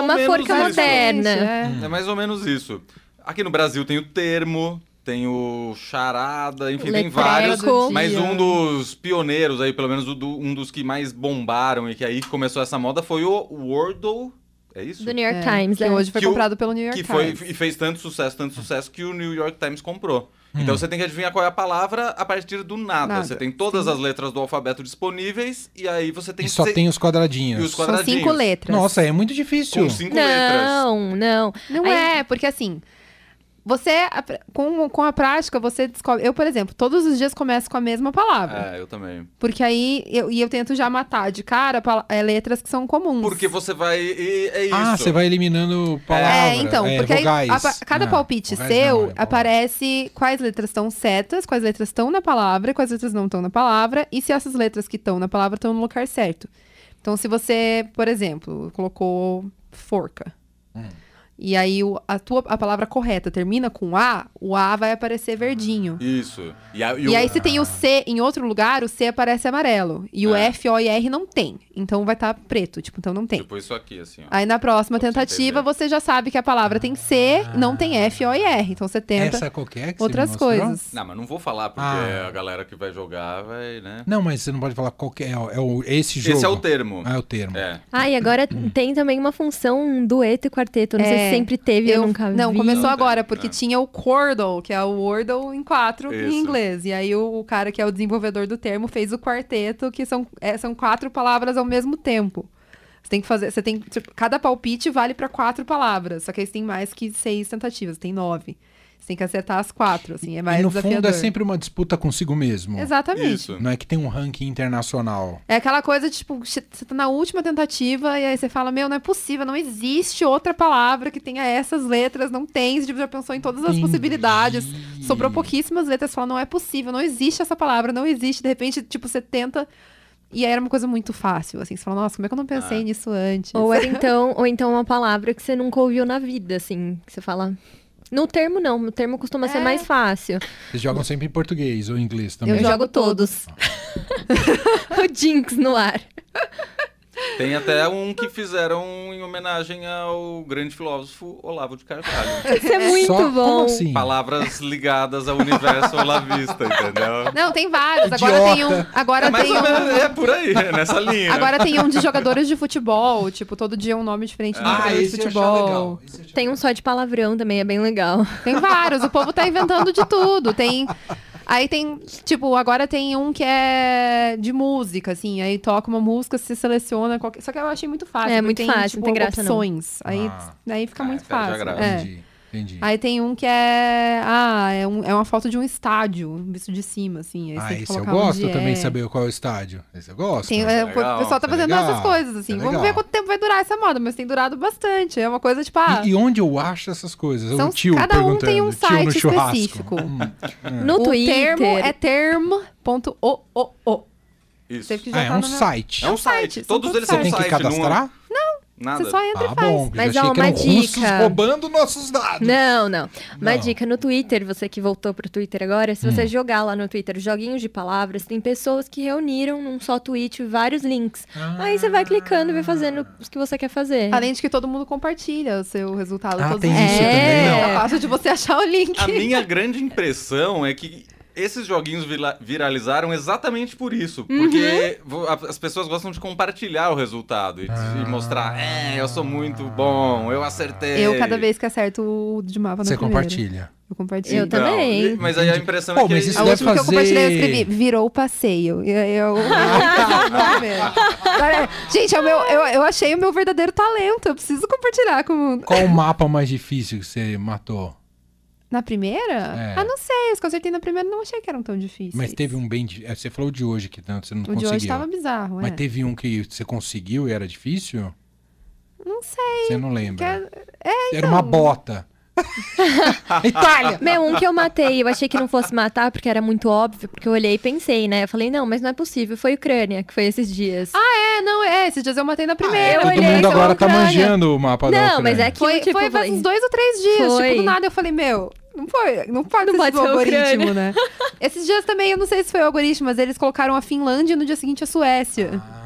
mais ou
uma
menos
forca
isso.
moderna.
É.
É mais ou menos isso. Aqui no Brasil tem o termo, tem o charada, enfim, tem
Letrego.
vários.
Bom
Mas
dia.
um dos pioneiros aí, pelo menos o do- um dos que mais bombaram e que aí começou essa moda foi o Wordle. É isso?
Do New York
É,
Times,
que
é.
hoje foi
Que o-
comprado pelo New York
que foi
Times.
e fez tanto sucesso,
É.
tanto sucesso que o New York Times comprou.
Hum.
Então você tem que adivinhar qual é a palavra a partir do nada.
Nada,
Você tem todas as letras do alfabeto disponíveis e aí você tem
E só
se-
tem os
e
quadradinhos.
os
São
quadradinhos.
cinco letras.
Nossa, é muito difícil.
Com cinco letras.
Não, não.
Não
Aí-
é, porque assim. Você, a pr- com, com a prática, você descobre. Eu, por exemplo, todos os dias começo com a mesma palavra.
É, eu também.
Porque aí eu, e eu tento já matar de cara pala- é, letras que são comuns.
Porque você vai. e- é isso.
Ah, você vai eliminando palavras.
É, então,
é,
porque aí
vogais. Ah.
a pa- cada
Ah,
Não,
palpite
vogais
seu
não, é vogal.
aparece quais letras estão certas, quais letras estão na palavra, quais letras não estão na palavra, e se essas letras que estão na palavra estão no lugar certo. Então, se você, por exemplo, colocou forca.
Hum.
E aí o- a tua a palavra correta termina com A, o A vai aparecer verdinho.
Isso. E, a- e
E,
o-
aí se tem o C em outro lugar, o C aparece amarelo. E o
É.
F, O e R não tem. Então vai estar preto, tipo, então não tem.
Tipo isso aqui, assim, ó.
Aí na próxima
Pra você
tentativa
entender.
você já sabe que a palavra tem C, não tem F, O e R. Então você tenta
Ah. Essa qualquer que você me
outras
mostrou?
coisas.
Não, mas não vou falar, porque
Ah.
a galera que vai jogar vai, né?
Não, mas você não pode falar qualquer. É, o- é o, esse jogo.
Esse é o termo.
Ah, é o termo.
É.
Ah, e agora tem também uma função um dueto e quarteto. Não sei
É,
sempre teve, eu,
eu-
nunca vi.
Não, começou
Não,
agora,
tá.
deve-
porque
é.
tinha o Cordle, que é o Wordle em quatro
Isso.
em inglês. E aí o, o cara que é o desenvolvedor do termo fez o quarteto, que são, é, são quatro palavras ao mesmo tempo. Você tem que fazer. Você tem. tipo, cada palpite vale pra quatro palavras. Só que aí você tem mais que seis tentativas, tem nove. Você tem que acertar as quatro, assim, é mais
e no
desafiador.
fundo é sempre uma disputa consigo mesmo.
Exatamente.
Isso.
Não é que tem um ranking internacional.
É aquela coisa, tipo, che- você tá na última tentativa e aí você fala, meu, não é possível, não existe outra palavra que tenha essas letras, não tem, você tipo, já pensou em todas as
Entendi.
possibilidades, sobrou pouquíssimas letras, você fala, não é possível, não existe essa palavra, não existe, de repente, tipo, você tenta, e aí era uma coisa muito fácil, assim, você fala, nossa, como é que eu não
Ah.
pensei nisso antes?
Ou era então, ou então uma palavra que você nunca ouviu na vida, assim, que você fala. No termo não, no termo costuma ser
É.
mais fácil.
Vocês jogam sempre em português ou em inglês
Eu,
também.
jogo, todos. o Jinx no ar.
Tem até um que fizeram em homenagem ao grande filósofo Olavo de Carvalho.
Isso é muito
Só-
bom.
Como assim?
Palavras ligadas ao universo olavista, entendeu?
Não, tem vários, agora tem um,
Idiota.
agora
é mais
tem
ou
um...
menos, é por aí, é nessa linha.
Agora tem um de jogadores de futebol, tipo, todo dia um nome diferente
Ah,
de jogador de futebol.
Tem um só de palavrão também, é bem legal.
Tem vários, o povo tá inventando de tudo. Tem. Aí tem, tipo, agora tem um que é de música, assim. Aí toca uma música, se seleciona. qualquer- Só que eu achei muito fácil.
É,
porque
muito
tem,
fácil,
tipo,
não tem graça, não.
opções. Aí,
Ah.
aí fica
Ah,
muito
perde a
fácil.
graça.
é.
Entendi, entendi.
Aí tem um que é. Ah, é, um- é uma foto de um estádio, um visto de cima, assim. Aí você
ah,
tem que
esse eu
colocar
gosto
onde
também
é.
saber qual é o estádio. Esse eu gosto.
Tem- é,
legal,
o pessoal tá
isso é
fazendo
legal,
essas coisas,
isso
assim.
é
Vamos ver
legal.
quanto tempo vai durar essa moda, mas tem durado bastante. É uma coisa, tipo, ah.
E, e onde eu acho essas coisas?
São-
o tio
cada um tem um
perguntando, tio no
site
churrasco.
específico.
Hum.
No
o
Twitter.
termo é termo.ooo.
Isso.
Teve que
Ah,
jogar
é um
tá no meu-
site.
É um
site,
site,
são
todos
todos
eles são
Você tem
site.
que
não é
cadastrar?
Nada.
Você só é entra
Ah,
e faz.
bom. que eu
Mas,
achei
ó,
que eram
uma dica.
russos roubando nossos dados.
Né?
Não, não. Uma
Não. Hum.
dica no Twitter, você que voltou pro Twitter agora, se você jogar lá no Twitter joguinhos de palavras, tem pessoas que reuniram num só tweet vários links.
Ah.
Aí você vai clicando e vai fazendo os que você quer fazer.
Além de que todo mundo compartilha o seu resultado.
Ah,
todos
tem
os
isso né?
dias.
também,
É
não.
é fácil de você achar o link.
A minha grande impressão é que esses joguinhos vira- viralizaram exatamente por isso.
Uhum.
Porque vo- a- as pessoas gostam de compartilhar o resultado e, de-
Ah.
e mostrar, é, eu sou muito bom, eu acertei.
Eu, cada vez que acerto o de mapa no
Você
primeiro.
compartilha.
Eu compartilho.
Eu também.
e- Então, Mas aí a impressão
Pô,
é que.
mas isso
A
deve
última que eu
fazer-
compartilhei, eu escrevi, virou o passeio. E aí Eu, eu, Gente, é o meu, eu, eu achei o meu verdadeiro talento. Eu preciso compartilhar com o mundo.
Qual o mapa mais difícil que você matou?
Na primeira?
É.
Ah, não sei. Os que eu acertei na primeira, não achei que eram tão difíceis.
Mas teve um bem. di- é, Você falou de hoje que tanto você não
O de
conseguiu.
hoje tava bizarro,
Mas
é.
teve um que você conseguiu e era difícil?
Não sei.
Você não lembra.
que é, então.
Era uma bota. Itália!
Meu, um que eu matei, eu achei que não fosse matar porque era muito óbvio, porque eu olhei e pensei, né? Eu falei, não, mas não é possível. Foi Ucrânia, que foi esses dias.
É, não, é. Esses dias eu matei na primeira. eu
eu
Ah, Todo
olhei,
mundo
tava
é
agora
na
tá
Ucrânia.
manjando o mapa da
não, mas
Ucrânia.
é que
Foi,
tipo,
foi
eu falei,
uns dois ou três dias.
Foi.
Tipo, do nada eu falei, meu, não foi. Não pode
Não
ser
pode
do
ser
algoritmo,
Ucrânia.
né? Esses dias também, eu não sei se foi o algoritmo, mas eles colocaram a Finlândia e no dia seguinte a Suécia.
Ah,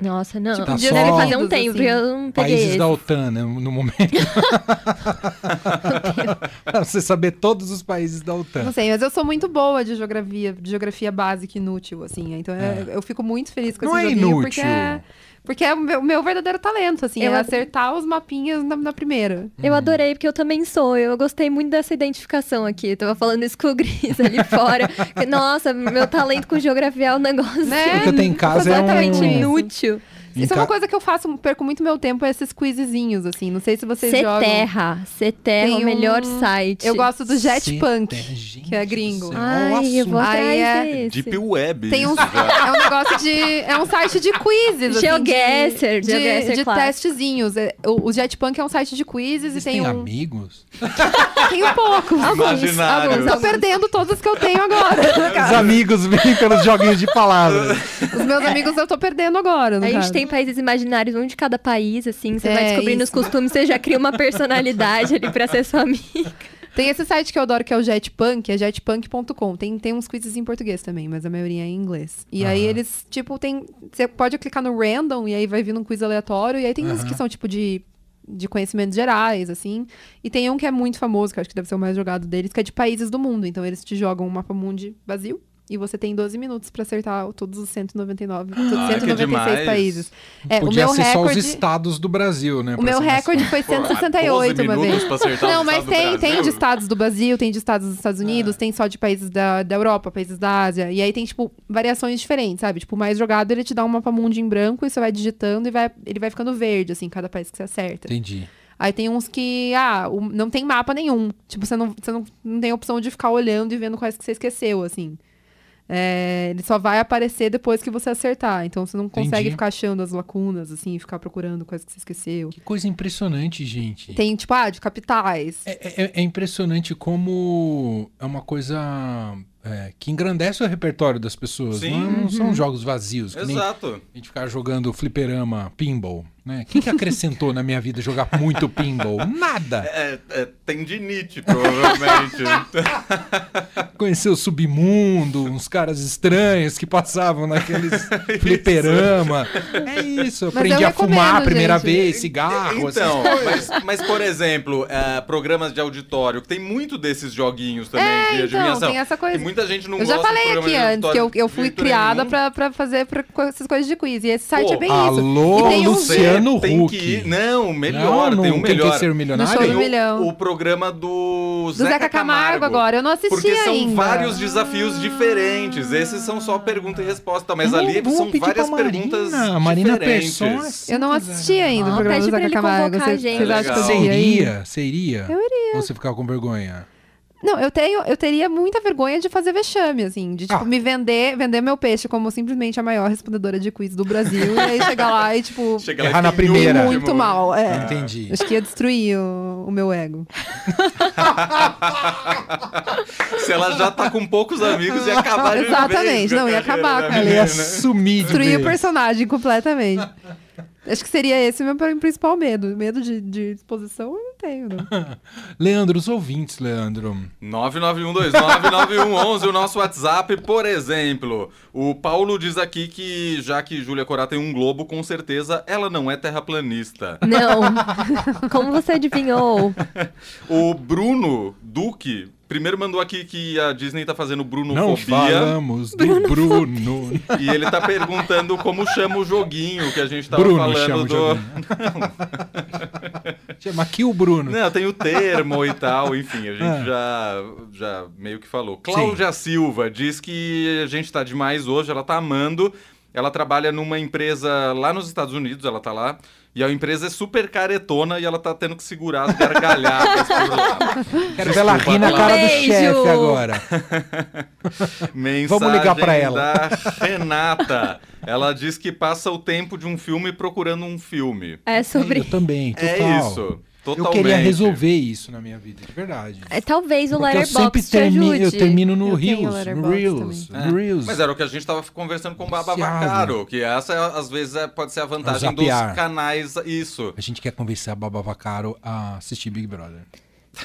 Nossa, não.
Tipo,
Devia
só-
fazer um tempo,
assim.
eu não peguei
países
esse.
da OTAN né, no momento. pra você saber todos os países da
Não
OTAN.
sei, mas eu sou muito boa de geografia, de geografia básica inútil, assim. Então é- eu fico muito feliz com
Não
esse
é
joguinho,
inútil.
porque é. Porque é o meu, meu verdadeiro talento, assim,
Eu
é
ad-
acertar os mapinhas na, na primeira.
Eu adorei, porque eu também sou. Eu gostei muito dessa identificação aqui. Eu tava falando isso com o Gris ali fora. Que, Nossa, meu talento com geografia é um negócio
Né?
O que eu tenho em casa é um...
Exatamente
completamente
isso.
inútil.
em
Isso é uma
ca-
coisa que eu faço, perco muito meu tempo, é esses quizezinhos, assim. Não sei se vocês
Cê
jogam.
terra, Cê terra, é
Tem
o melhor
um-
site.
Eu gosto do
Cê-
Jetpunk,
Gente
que é
do
gringo.
céu, olha o
Ai, eu vou
um assunto. Ah,
atrás
Aí é
desse.
Deep Web.
Tem um,
isso já.
é um negócio de. É um site de quizzes. assim,
GeoGuessr,
de,
GeoGuessr
de, de
clássico.
testezinhos. É, O, o Jetpunk é um site de quizzes
Vocês
e tem
têm
um.
amigos?
Tem um pouco.
Imaginário.
Alguns. Tô perdendo todas que eu tenho agora.
Os amigos vêm pelos joguinhos de palavras.
Os meus amigos eu tô perdendo agora. no
A gente
caso.
tem países imaginários, um de cada país, assim. Você vai
É,
descobrindo os
isso.
costumes, você já cria uma personalidade ali pra ser sua amiga.
Tem esse site que eu adoro, que é o Jetpunk, é jetpunk.com. Tem, tem uns quizzes em português também, mas a maioria é em inglês. E aí eles, tipo, tem. Você pode clicar no random e aí vai vir um quiz aleatório. E aí tem uns que são, tipo, de, de conhecimentos gerais, assim. E tem um que é muito famoso, que eu acho que deve ser o mais jogado deles, que é de países do mundo. Então eles te jogam um mapa mundi vazio. e você tem 12 minutos pra acertar todos os 199,
Ah, que
196
demais.
países. É,
Podia
o meu
ser só os
recorde,
estados do Brasil, né?
o meu recorde foi 168
12
uma
minutos
vez.
pra acertar o
Não,
estado
mas
do
tem,
Brasil?
tem de estados do Brasil, tem de estados dos Estados Unidos,
É.
tem só de países da, da Europa, países da Ásia. E aí tem, tipo, variações diferentes, sabe? Tipo, o mais jogado, ele te dá um mapa mundi em branco e você vai digitando e vai, ele vai ficando verde, assim, cada país que você acerta.
Entendi.
Aí tem uns que, ah, o- não tem mapa nenhum. Tipo, você não, você não, não tem a opção de ficar olhando e vendo quais que você esqueceu, assim. É, ele só vai aparecer depois que você acertar. Então você não consegue
Entendi.
ficar achando as lacunas, assim, ficar procurando quais que você esqueceu.
Que coisa impressionante, gente.
Tem, tipo, ah, de capitais.
É, é- é impressionante como é uma coisa é, que engrandece o repertório das pessoas.
Sim. Uhum.
Não, não são jogos vazios. Que nem a
Exato.
gente ficar jogando fliperama, pinball. Né? Quem que acrescentou na minha vida jogar muito pinball? Nada!
É, é tendinite, provavelmente.
Conhecer o submundo, uns caras estranhos que passavam
É
naqueles fliperama. É isso.
Mas
Aprendi
eu
a fumar a
recomendo,
primeira
gente.
vez, cigarro. essas
então, mas, mas, por exemplo, é, programas de auditório, que tem muito desses joguinhos também
É,
de
então,
adivinhação.
tem essa coisa.
E muita gente não
eu já
gosta de
falei
programa
aqui
de
antes que eu,
auditório
eu
de
fui
jeito
criada
nenhum.
pra, pra fazer pra co- essas coisas de quiz. E esse site
Pô,
é bem isso.
alô,
E tem um
Luciano.
tem
Huck.
que ir. Não, melhor,
não, não
tem um
quem
melhor.
quer ser milionário?
show do
Tem o-
Milhão.
O, programa do,
do Zeca Camargo agora. Eu não assisti
Porque são
ainda.
vários desafios diferentes. Esses são só pergunta e resposta, mas
Eu
ali
vou
são
pedir
várias
pra
perguntas
Marina. Marina
diferentes.
Persson é
Eu não assisti ainda o
Ah,
programa do
pede pra
Zeca
ele
Camargo.
convocar a
Vocês-
gente.
vocês acham que eu
Legal.
devia ir?
Seria? Seria? Eu iria. Ou você ficava com vergonha?
Não, eu tenho, eu teria muita vergonha de fazer vexame, assim, de tipo,
Ah.
me vender, vender meu peixe como simplesmente a maior respondedora de quiz do Brasil e aí chegar lá e, tipo,
Chega lá e
Errar na
tem
primeira.
um
muito
último.
mal. É.
Entendi.
Acho que ia destruir o, o meu ego.
Se ela já tá com poucos amigos e acabar de
Exatamente,
vez a
não, ia
carreira
acabar
da
com
Ela ia
menina.
sumir de
Destruir o
vez.
personagem completamente. Acho que seria esse o meu principal medo. Medo de, de exposição eu não tenho, não.
Ah, Leandro, os ouvintes, Leandro.
991299111, o nosso WhatsApp, por exemplo. O Paulo diz aqui que, já que Júlia Corá tem um globo, com certeza ela não é terraplanista.
Não. Como você adivinhou?
O Bruno Duque, primeiro mandou aqui que a Disney tá fazendo
Não
Brunofobia.
falamos do Bruno.
E ele tá perguntando como chama o joguinho que a gente tava
Bruno chama
falando
o
do.
joguinho. Chama aqui o Bruno.
Não, tem o termo e tal, enfim, a gente
Ah.
já, já meio que falou. Cláudia Silva diz que a gente tá demais hoje, ela tá amando. Ela trabalha numa empresa lá nos Estados Unidos, ela tá lá. E a empresa é super caretona e ela tá tendo que segurar as gargalhadas por lá.
Quero ver ela rir na
Desculpa,
cara do
Beijo.
chefe agora.
Mensagem
Vamos ligar pra ela.
da Renata. Ela diz que passa o tempo de um filme procurando um filme.
É sobre.
Eu também, total.
É isso. Totalmente.
Eu queria resolver isso na minha vida, de verdade.
É, talvez o
Porque eu
Letterboxd
sempre
te
termino,
ajude.
eu termino no
Eu tenho
Reels, no
Letterboxd
Reels,
É,
no Reels.
Mas era o que a gente tava conversando com o Baba
Viciado.
Vacaro, que essa é, às vezes é- pode ser a vantagem dos
zapear.
canais, isso.
A gente quer convencer a Baba Vacaro a assistir Big Brother.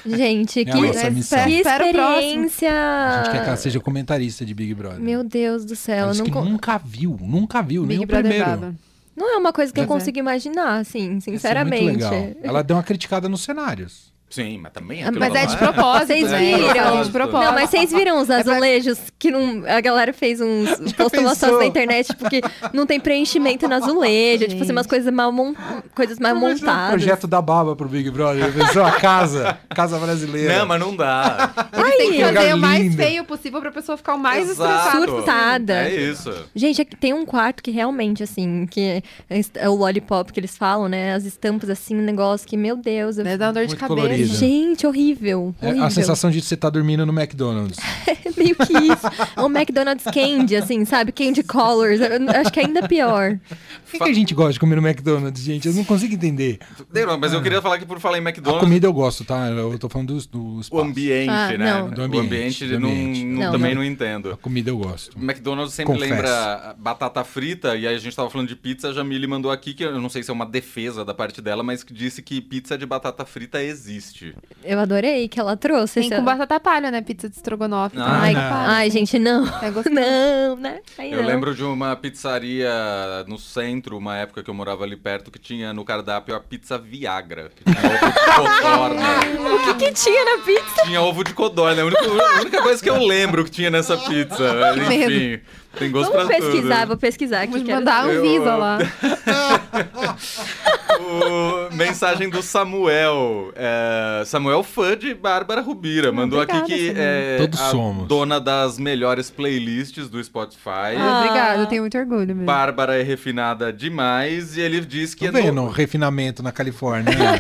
Gente,
É a
que,
nossa missão.
que
Espero o próximo.
experiência.
A gente quer que ela seja comentarista de Big Brother.
Ah. Meu Deus do céu.
Ela disse
Não,
que
con-
nunca viu, nunca viu, nem
Big
o
Brother
primeiro.
Baba.
não é uma coisa que eu
Pois é.
consigo imaginar, assim,
Isso é muito
sinceramente.
legal. Ela deu uma criticada nos cenários.
Sim, mas também é
Ah,
pelo
Mas é de
amor.
propósito,
Vocês
né?
viram?
É de propósito.
Não, mas vocês viram os azulejos que não, a galera fez uns. postou umas
pensou?
fotos na internet, tipo, que não tem preenchimento no azulejo. Tipo assim, umas coisas mal, mon... coisas mal
é O
montadas.
Então, um projeto da Baba pro Big Brother. Pensou a casa, casa brasileira.
Não, mas não
Ai,
dá.
Eles têm que fazer
lugar
o mais
lindo.
feio possível pra pessoa ficar o mais
Exato.
estressada.
Surtada.
É isso.
Gente, aqui tem um quarto que realmente, assim, que é est- é o lollipop que eles falam, né? As estampas, assim, um negócio que, meu Deus. eu-
Né? Dá uma dor
Muito
de cabeça.
colorido.
Gente, horrível.
É
horrível.
a sensação de você estar dormindo no McDonald's.
É meio que isso. É um McDonald's Candy, assim, sabe? Candy Colors. Eu Acho que é ainda pior.
Por que, que a gente gosta de comer no McDonald's, gente? Eu não consigo entender.
Não, mas eu queria falar que por falar em
A
McDonald's,
comida eu gosto, tá? Eu tô falando dos do
o
espaço.
ambiente, né?
Ah, não.
Do
o
ambiente,
ambiente,
do
não-
ambiente.
não-
Não.
também
Não.
não entendo.
A comida eu gosto.
McDonald's sempre
Confesso.
lembra batata frita, e aí a gente tava falando de pizza, a Jamile mandou aqui, que eu não sei se é uma defesa da parte dela, mas que disse que pizza de batata frita existe. triste.
Eu adorei que ela trouxe
Tem
essa...
com batata palha, né? Pizza de estrogonofe.
Ah,
Ai,
também.
não.
Para.
ai, gente, não.
É gostoso.
Não, né? Aí
Eu
não.
lembro de uma pizzaria no centro, uma época que eu morava ali perto, que tinha no cardápio a pizza Viagra. Que tinha ovo de codorna.
O que, que tinha na pizza?
tinha ovo de codorna. é A única, a única coisa que eu lembro que tinha nessa pizza. Enfim, tem gosto
Vamos
pra tudo.
pesquisar, vou pesquisar aqui.
Vamos
quero
mandar
Eu-
um visa lá.
O- mensagem do Samuel. É, Samuel fã de Bárbara Rubira. Mandou
obrigada,
aqui que
Samuel.
é
Todos
a
somos.
dona das melhores playlists do Spotify.
Ah.
Obrigada, eu tenho muito orgulho mesmo.
Bárbara é refinada demais e ele diz que
Tô
é no-
vendo o refinamento na Califórnia. né?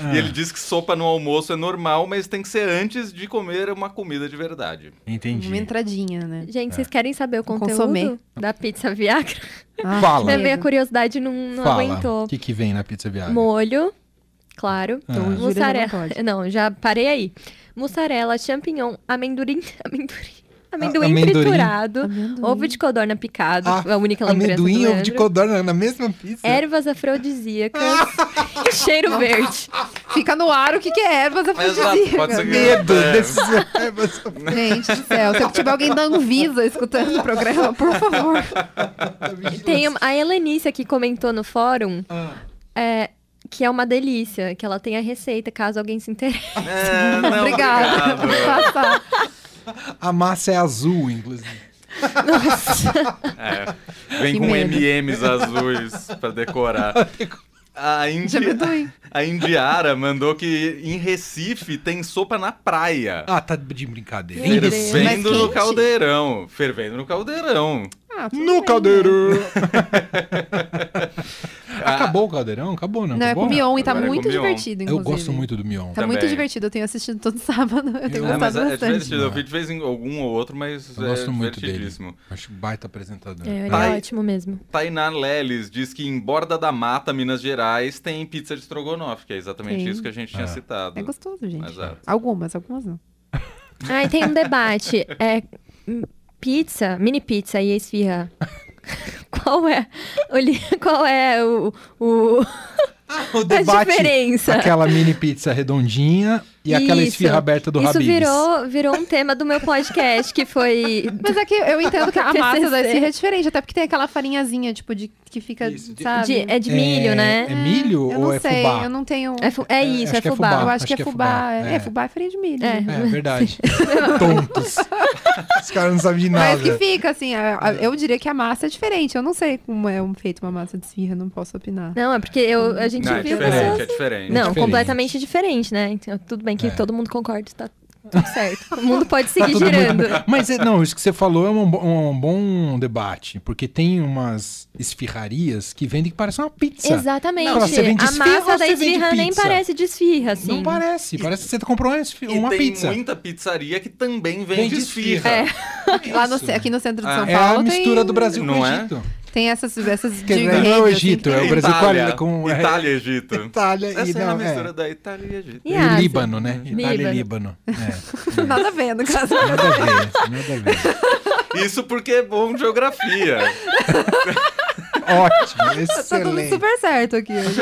e
Ah.
ele diz que sopa no almoço é normal, mas tem que ser antes de comer uma comida de verdade.
Uma
Entendi.
entradinha, né?
um- Gente,
É.
vocês querem saber o conteúdo
Consomê.
da pizza Viagra?
Ah,
Fala.
que
Minha
medo.
a curiosidade não, não
Fala,
aguentou.
o que, é? Ah. que vem na pizza Viagra?
Molho, claro.
Então, jura, já não
Mussarela.
pode.
Não, já parei aí. Mussarela, champignon, amendoim. Amendoim. Amendoim,
Ah, amendoim.
triturado, ovo de codorna picado, é
Ah,
a única lembrança do
amendoim e ovo de
Leandro.
codorna na mesma pizza.
Ervas afrodisíacas e cheiro verde.
Fica no ar o que, que é ervas afrodisíacas.
pode ser que-
Medo
É.
desses ervas.
Gente do céu, se tiver alguém da Anvisa escutando o programa, por favor.
Tem uma- a Helenice aqui comentou no fórum
Ah.
é, que é uma delícia, que ela tem a receita, caso alguém se interesse.
É, não,
Obrigada. Vou
obrigado.
passar.
A massa é azul, inclusive.
É. Vem
Que
com
medo.
MMs azuis pra decorar. A, Indi...
De amendoim.
a Indiara mandou que em Recife tem sopa na praia.
Ah, tá de brincadeira.
Meu Deus.
Mas
Fervendo no
quente?
caldeirão. Fervendo no caldeirão.
Ah, tudo
No
bem,
caldeirão. Acabou o caldeirão? Acabou, não?
Não, é
acabou?
com Mion e tá
Agora é com
muito
Mion.
divertido,
Eu
inclusive.
gosto muito do Mion.
Tá
Também.
muito divertido, eu tenho assistido todo sábado, eu tenho
É, mas
gostado
é, é
bastante.
divertido. Eu vi de vez em algum ou outro, mas
Eu
é
gosto muito dele.
divertidíssimo.
Acho baita apresentador.
É, ele
Tá aí.
é ótimo mesmo.
Tainá Leles diz que em Borda da Mata, Minas Gerais, tem pizza de estrogonofe, que é exatamente
Tem.
isso que a gente tinha citado.
É gostoso, gente.
Exato.
Algumas, algumas não.
Ah, e tem um debate. É hum, pizza, mini pizza e esfirra. Qual é, o li- qual é o, o-
Ah,
é
O
a diferença?
Aquela mini pizza redondinha e aquela
Isso.
esfirra aberta é do
Isso
Habib's.
virou, virou um tema do meu podcast, que foi...
Mas é que eu entendo que a massa
TCC.
da esfirra é diferente, até porque tem aquela farinhazinha, tipo, de, que fica,
Isso, de-
sabe?
de- é de milho,
é,
né?
É milho
eu
ou
não
é
sei,
fubá?
eu não tenho...
É, fu- é isso,
acho
é
que é
fubá.
Eu
fubá.
acho que é fubá. É,
é.
fubá é farinha de milho.
É.
né?
É verdade. Tontos. Os caras não sabem de nada.
Mas que fica, assim, a- a- eu diria que a massa é diferente. Eu não sei como é um- feito uma massa de esfirra, não posso opinar.
Não, é porque eu, a gente
Não, é
viu
diferente, é
pessoas...
diferente.
Não,
diferente.
completamente diferente, né? Então, tudo bem que
É.
todo mundo concorde, tá tudo certo. O mundo pode
Tá
seguir
todo mundo-
girando.
Mas é- não, isso que você falou é um, bo- um bom debate, porque tem umas esfirrarias que vendem que parecem uma pizza.
Exatamente.
Não, você vende
a
esfirra ou
massa da
você vende
esfirra nem
pizza?
parece de esfirra, assim.
Não parece, parece que você comprou uma, esfi-
E
uma
tem
pizza.
muita pizzaria que também vende,
Vende
esfirra.
É.
Lá no
isso?
ce- aqui no centro de
Ah,
São
É
Paulo
a mistura
tem,
do Brasil com
Não
o
é?
Egito.
tem essas, essas
Quer
de
dizer, não é o
rede, assim,
Egito,
que-
é o Brasil com, a-
Itália,
com é,
Itália e Egito.
Itália e
Essa é a
não,
mistura da Itália e Egito.
E
E
Ásia?
Líbano, né? Itália e Líbano. É.
Nada a ver, no caso. Tá
É. Nada a ver, nada a ver.
Isso porque é bom de geografia.
Ótimo,
Tá tudo
excelente.
super certo aqui. hoje.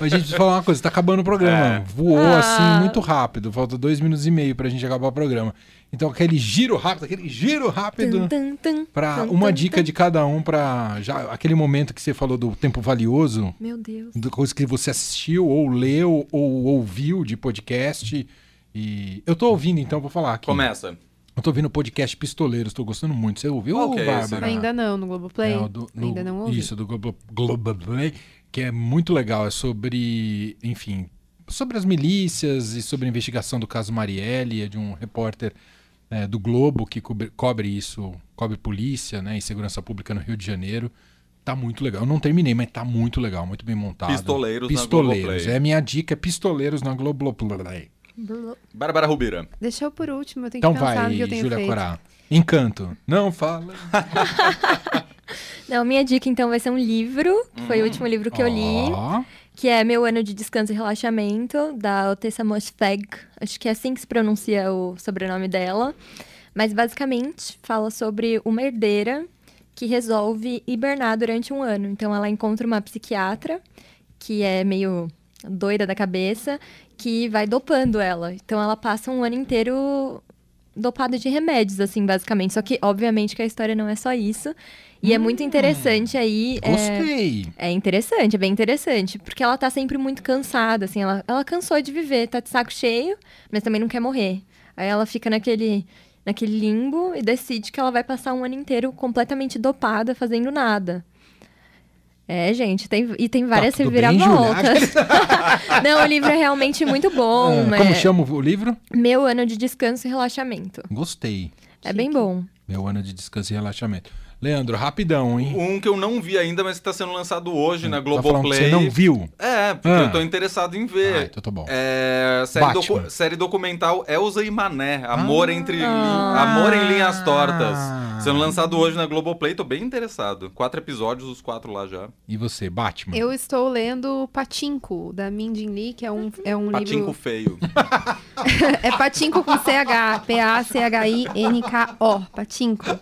Mas, gente, deixa eu falar uma coisa, tá acabando o programa.
É.
Voou,
Ah.
assim, muito rápido. Falta dois minutos e meio pra gente acabar o programa. Então, aquele giro rápido, aquele giro rápido...
Tum, tum, tum,
Pra
tum,
uma
tum,
dica
tum.
de cada um, pra já aquele momento que você falou do tempo valioso,
Meu Deus.
do- coisa que você assistiu, ou leu, ou ouviu de podcast. E eu tô ouvindo, então vou falar aqui.
Começa.
Eu tô ouvindo o podcast Pistoleiros, tô gostando muito. Você ouviu,
Qual que é esse?
Bárbara?
Ainda não, no Globoplay.
É, o do- no-
Ainda não ouvi.
Isso, do Globo, Globoplay, que é muito legal. É sobre, enfim, sobre as milícias e sobre a investigação do caso Marielle, é de um repórter né, do Globo que cobre, cobre isso, cobre polícia né, e segurança pública no Rio de Janeiro. Tá muito legal. Eu não terminei, mas tá muito legal, muito bem montado.
Pistoleiros na
Pistoleiros.
Globoplay.
É minha dica, é Pistoleiros na Globoplay.
Bárbara Rubira.
Deixa eu por último, eu tenho
Então
que pensar
vai,
no que eu tenho
Júlia
feito.
Corá. Encanto. Não fala.
Não, minha dica então vai ser um livro. que Foi o último livro que eu li,
Hum. Ó.
que é Meu Ano de Descanso e Relaxamento, da Otessa Mosfeg. Acho que é assim que se pronuncia o sobrenome dela. Mas basicamente fala sobre uma herdeira que resolve hibernar durante um ano. Então ela encontra uma psiquiatra que é meio doida da cabeça que vai dopando ela. Então ela passa um ano inteiro dopada de remédios, assim, basicamente. Só que, obviamente, que a história não é só isso. E é muito interessante aí. é,
Gostei.
é interessante, é bem interessante. Porque ela tá sempre muito cansada, assim. Ela, ela cansou de viver, tá de saco cheio, mas também não quer morrer. Aí ela fica naquele, naquele limbo e decide que ela vai passar um ano inteiro completamente dopada, fazendo nada. É, gente, tem, e tem várias
Tá tudo bem,
reviravoltas. não, o livro é realmente muito bom.
né?
Ah, Como
é
chama o livro?
Meu ano de descanso e relaxamento.
Gostei.
É bem bom.
Meu ano de descanso e relaxamento. Leandro, rapidão, hein?
Um que eu não vi ainda, mas que tá sendo lançado hoje na
Tá falando que
Globoplay.
Você não viu?
É, porque
Ah.
eu tô interessado em
Ah,
ver.
então tá bom.
É, série, docu-
Batman.
série documental Elza e Mané, Amor entre Lin-
Ah.
Amor em Linhas Tortas. Sendo lançado hoje na Globoplay, tô bem interessado. Quatro episódios, os quatro lá já.
E você, Batman?
Eu estou lendo Patinco, da Min Jin Lee, que é um, é um
Patinco
livro...
feio.
É Patinco com CH, P-A-C-H-I-N-K-O, Patinco.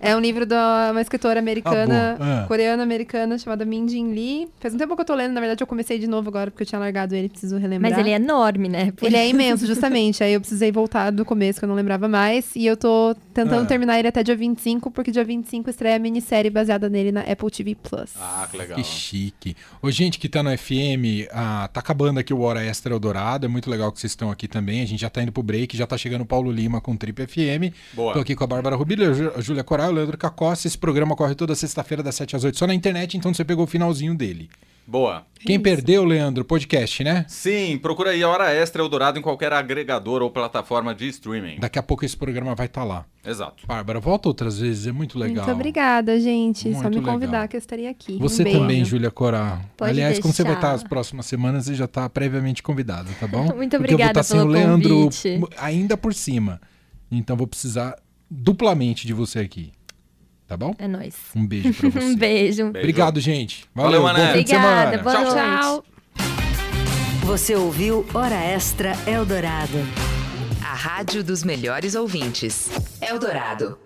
É um livro de uma escritora americana,
Ah, boa. Ah.
coreana-americana, chamada Min Jin Lee. Faz um tempo que eu tô lendo, na verdade eu comecei de novo agora, porque eu tinha largado ele, preciso relembrar.
Mas ele é enorme, né? Por
Ele é imenso, justamente. Aí eu precisei voltar do começo, que eu não lembrava mais. E eu tô tentando
Ah.
terminar ele até dia 25, porque dia 25 estreia a minissérie baseada nele na Apple TV Plus.
Ah, que legal.
Que chique. Ô, gente que tá no FM, ah, tá acabando aqui o Hora Extra Eldorado. É muito legal que vocês estão aqui também. A gente já tá indo pro break, já tá chegando o Paulo Lima com o Trip FM.
Boa.
Tô aqui com a Bárbara Rubilho, a Ju- a Júlia Coral, o Leandro Cacossi. Esse programa corre toda sexta-feira das 7 às 8 só na internet, então você pegou o finalzinho dele.
Boa.
Quem perdeu, Leandro? Podcast, né?
Sim, procura aí a Hora Extra Eldorado em qualquer agregador ou plataforma de streaming.
Daqui a pouco esse programa vai estar lá.
Exato.
Bárbara, volta outras vezes, é muito legal.
Muito obrigada, gente. Só
Muito
me
legal.
convidar que eu estaria aqui.
Você
Um beijo.
também, Júlia Corá.
Pode
Aliás, como você vai
deixar.
estar as próximas semanas, você já está previamente convidado, tá bom?
Muito
Porque eu vou
obrigada
estar sem o
pelo
Leandro
convite.
mu- ainda por cima. Então vou precisar duplamente de você aqui. Tá bom?
É nóis.
Um beijo pra você.
Um beijo.
Beijo.
Obrigado, gente. Valeu,
Valeu,
bom
Mané.
fim de semana.
Obrigada, boa
Tchau.
noite.
Tchau.
Você ouviu Hora Extra Eldorado.
A rádio dos melhores ouvintes. Eldorado.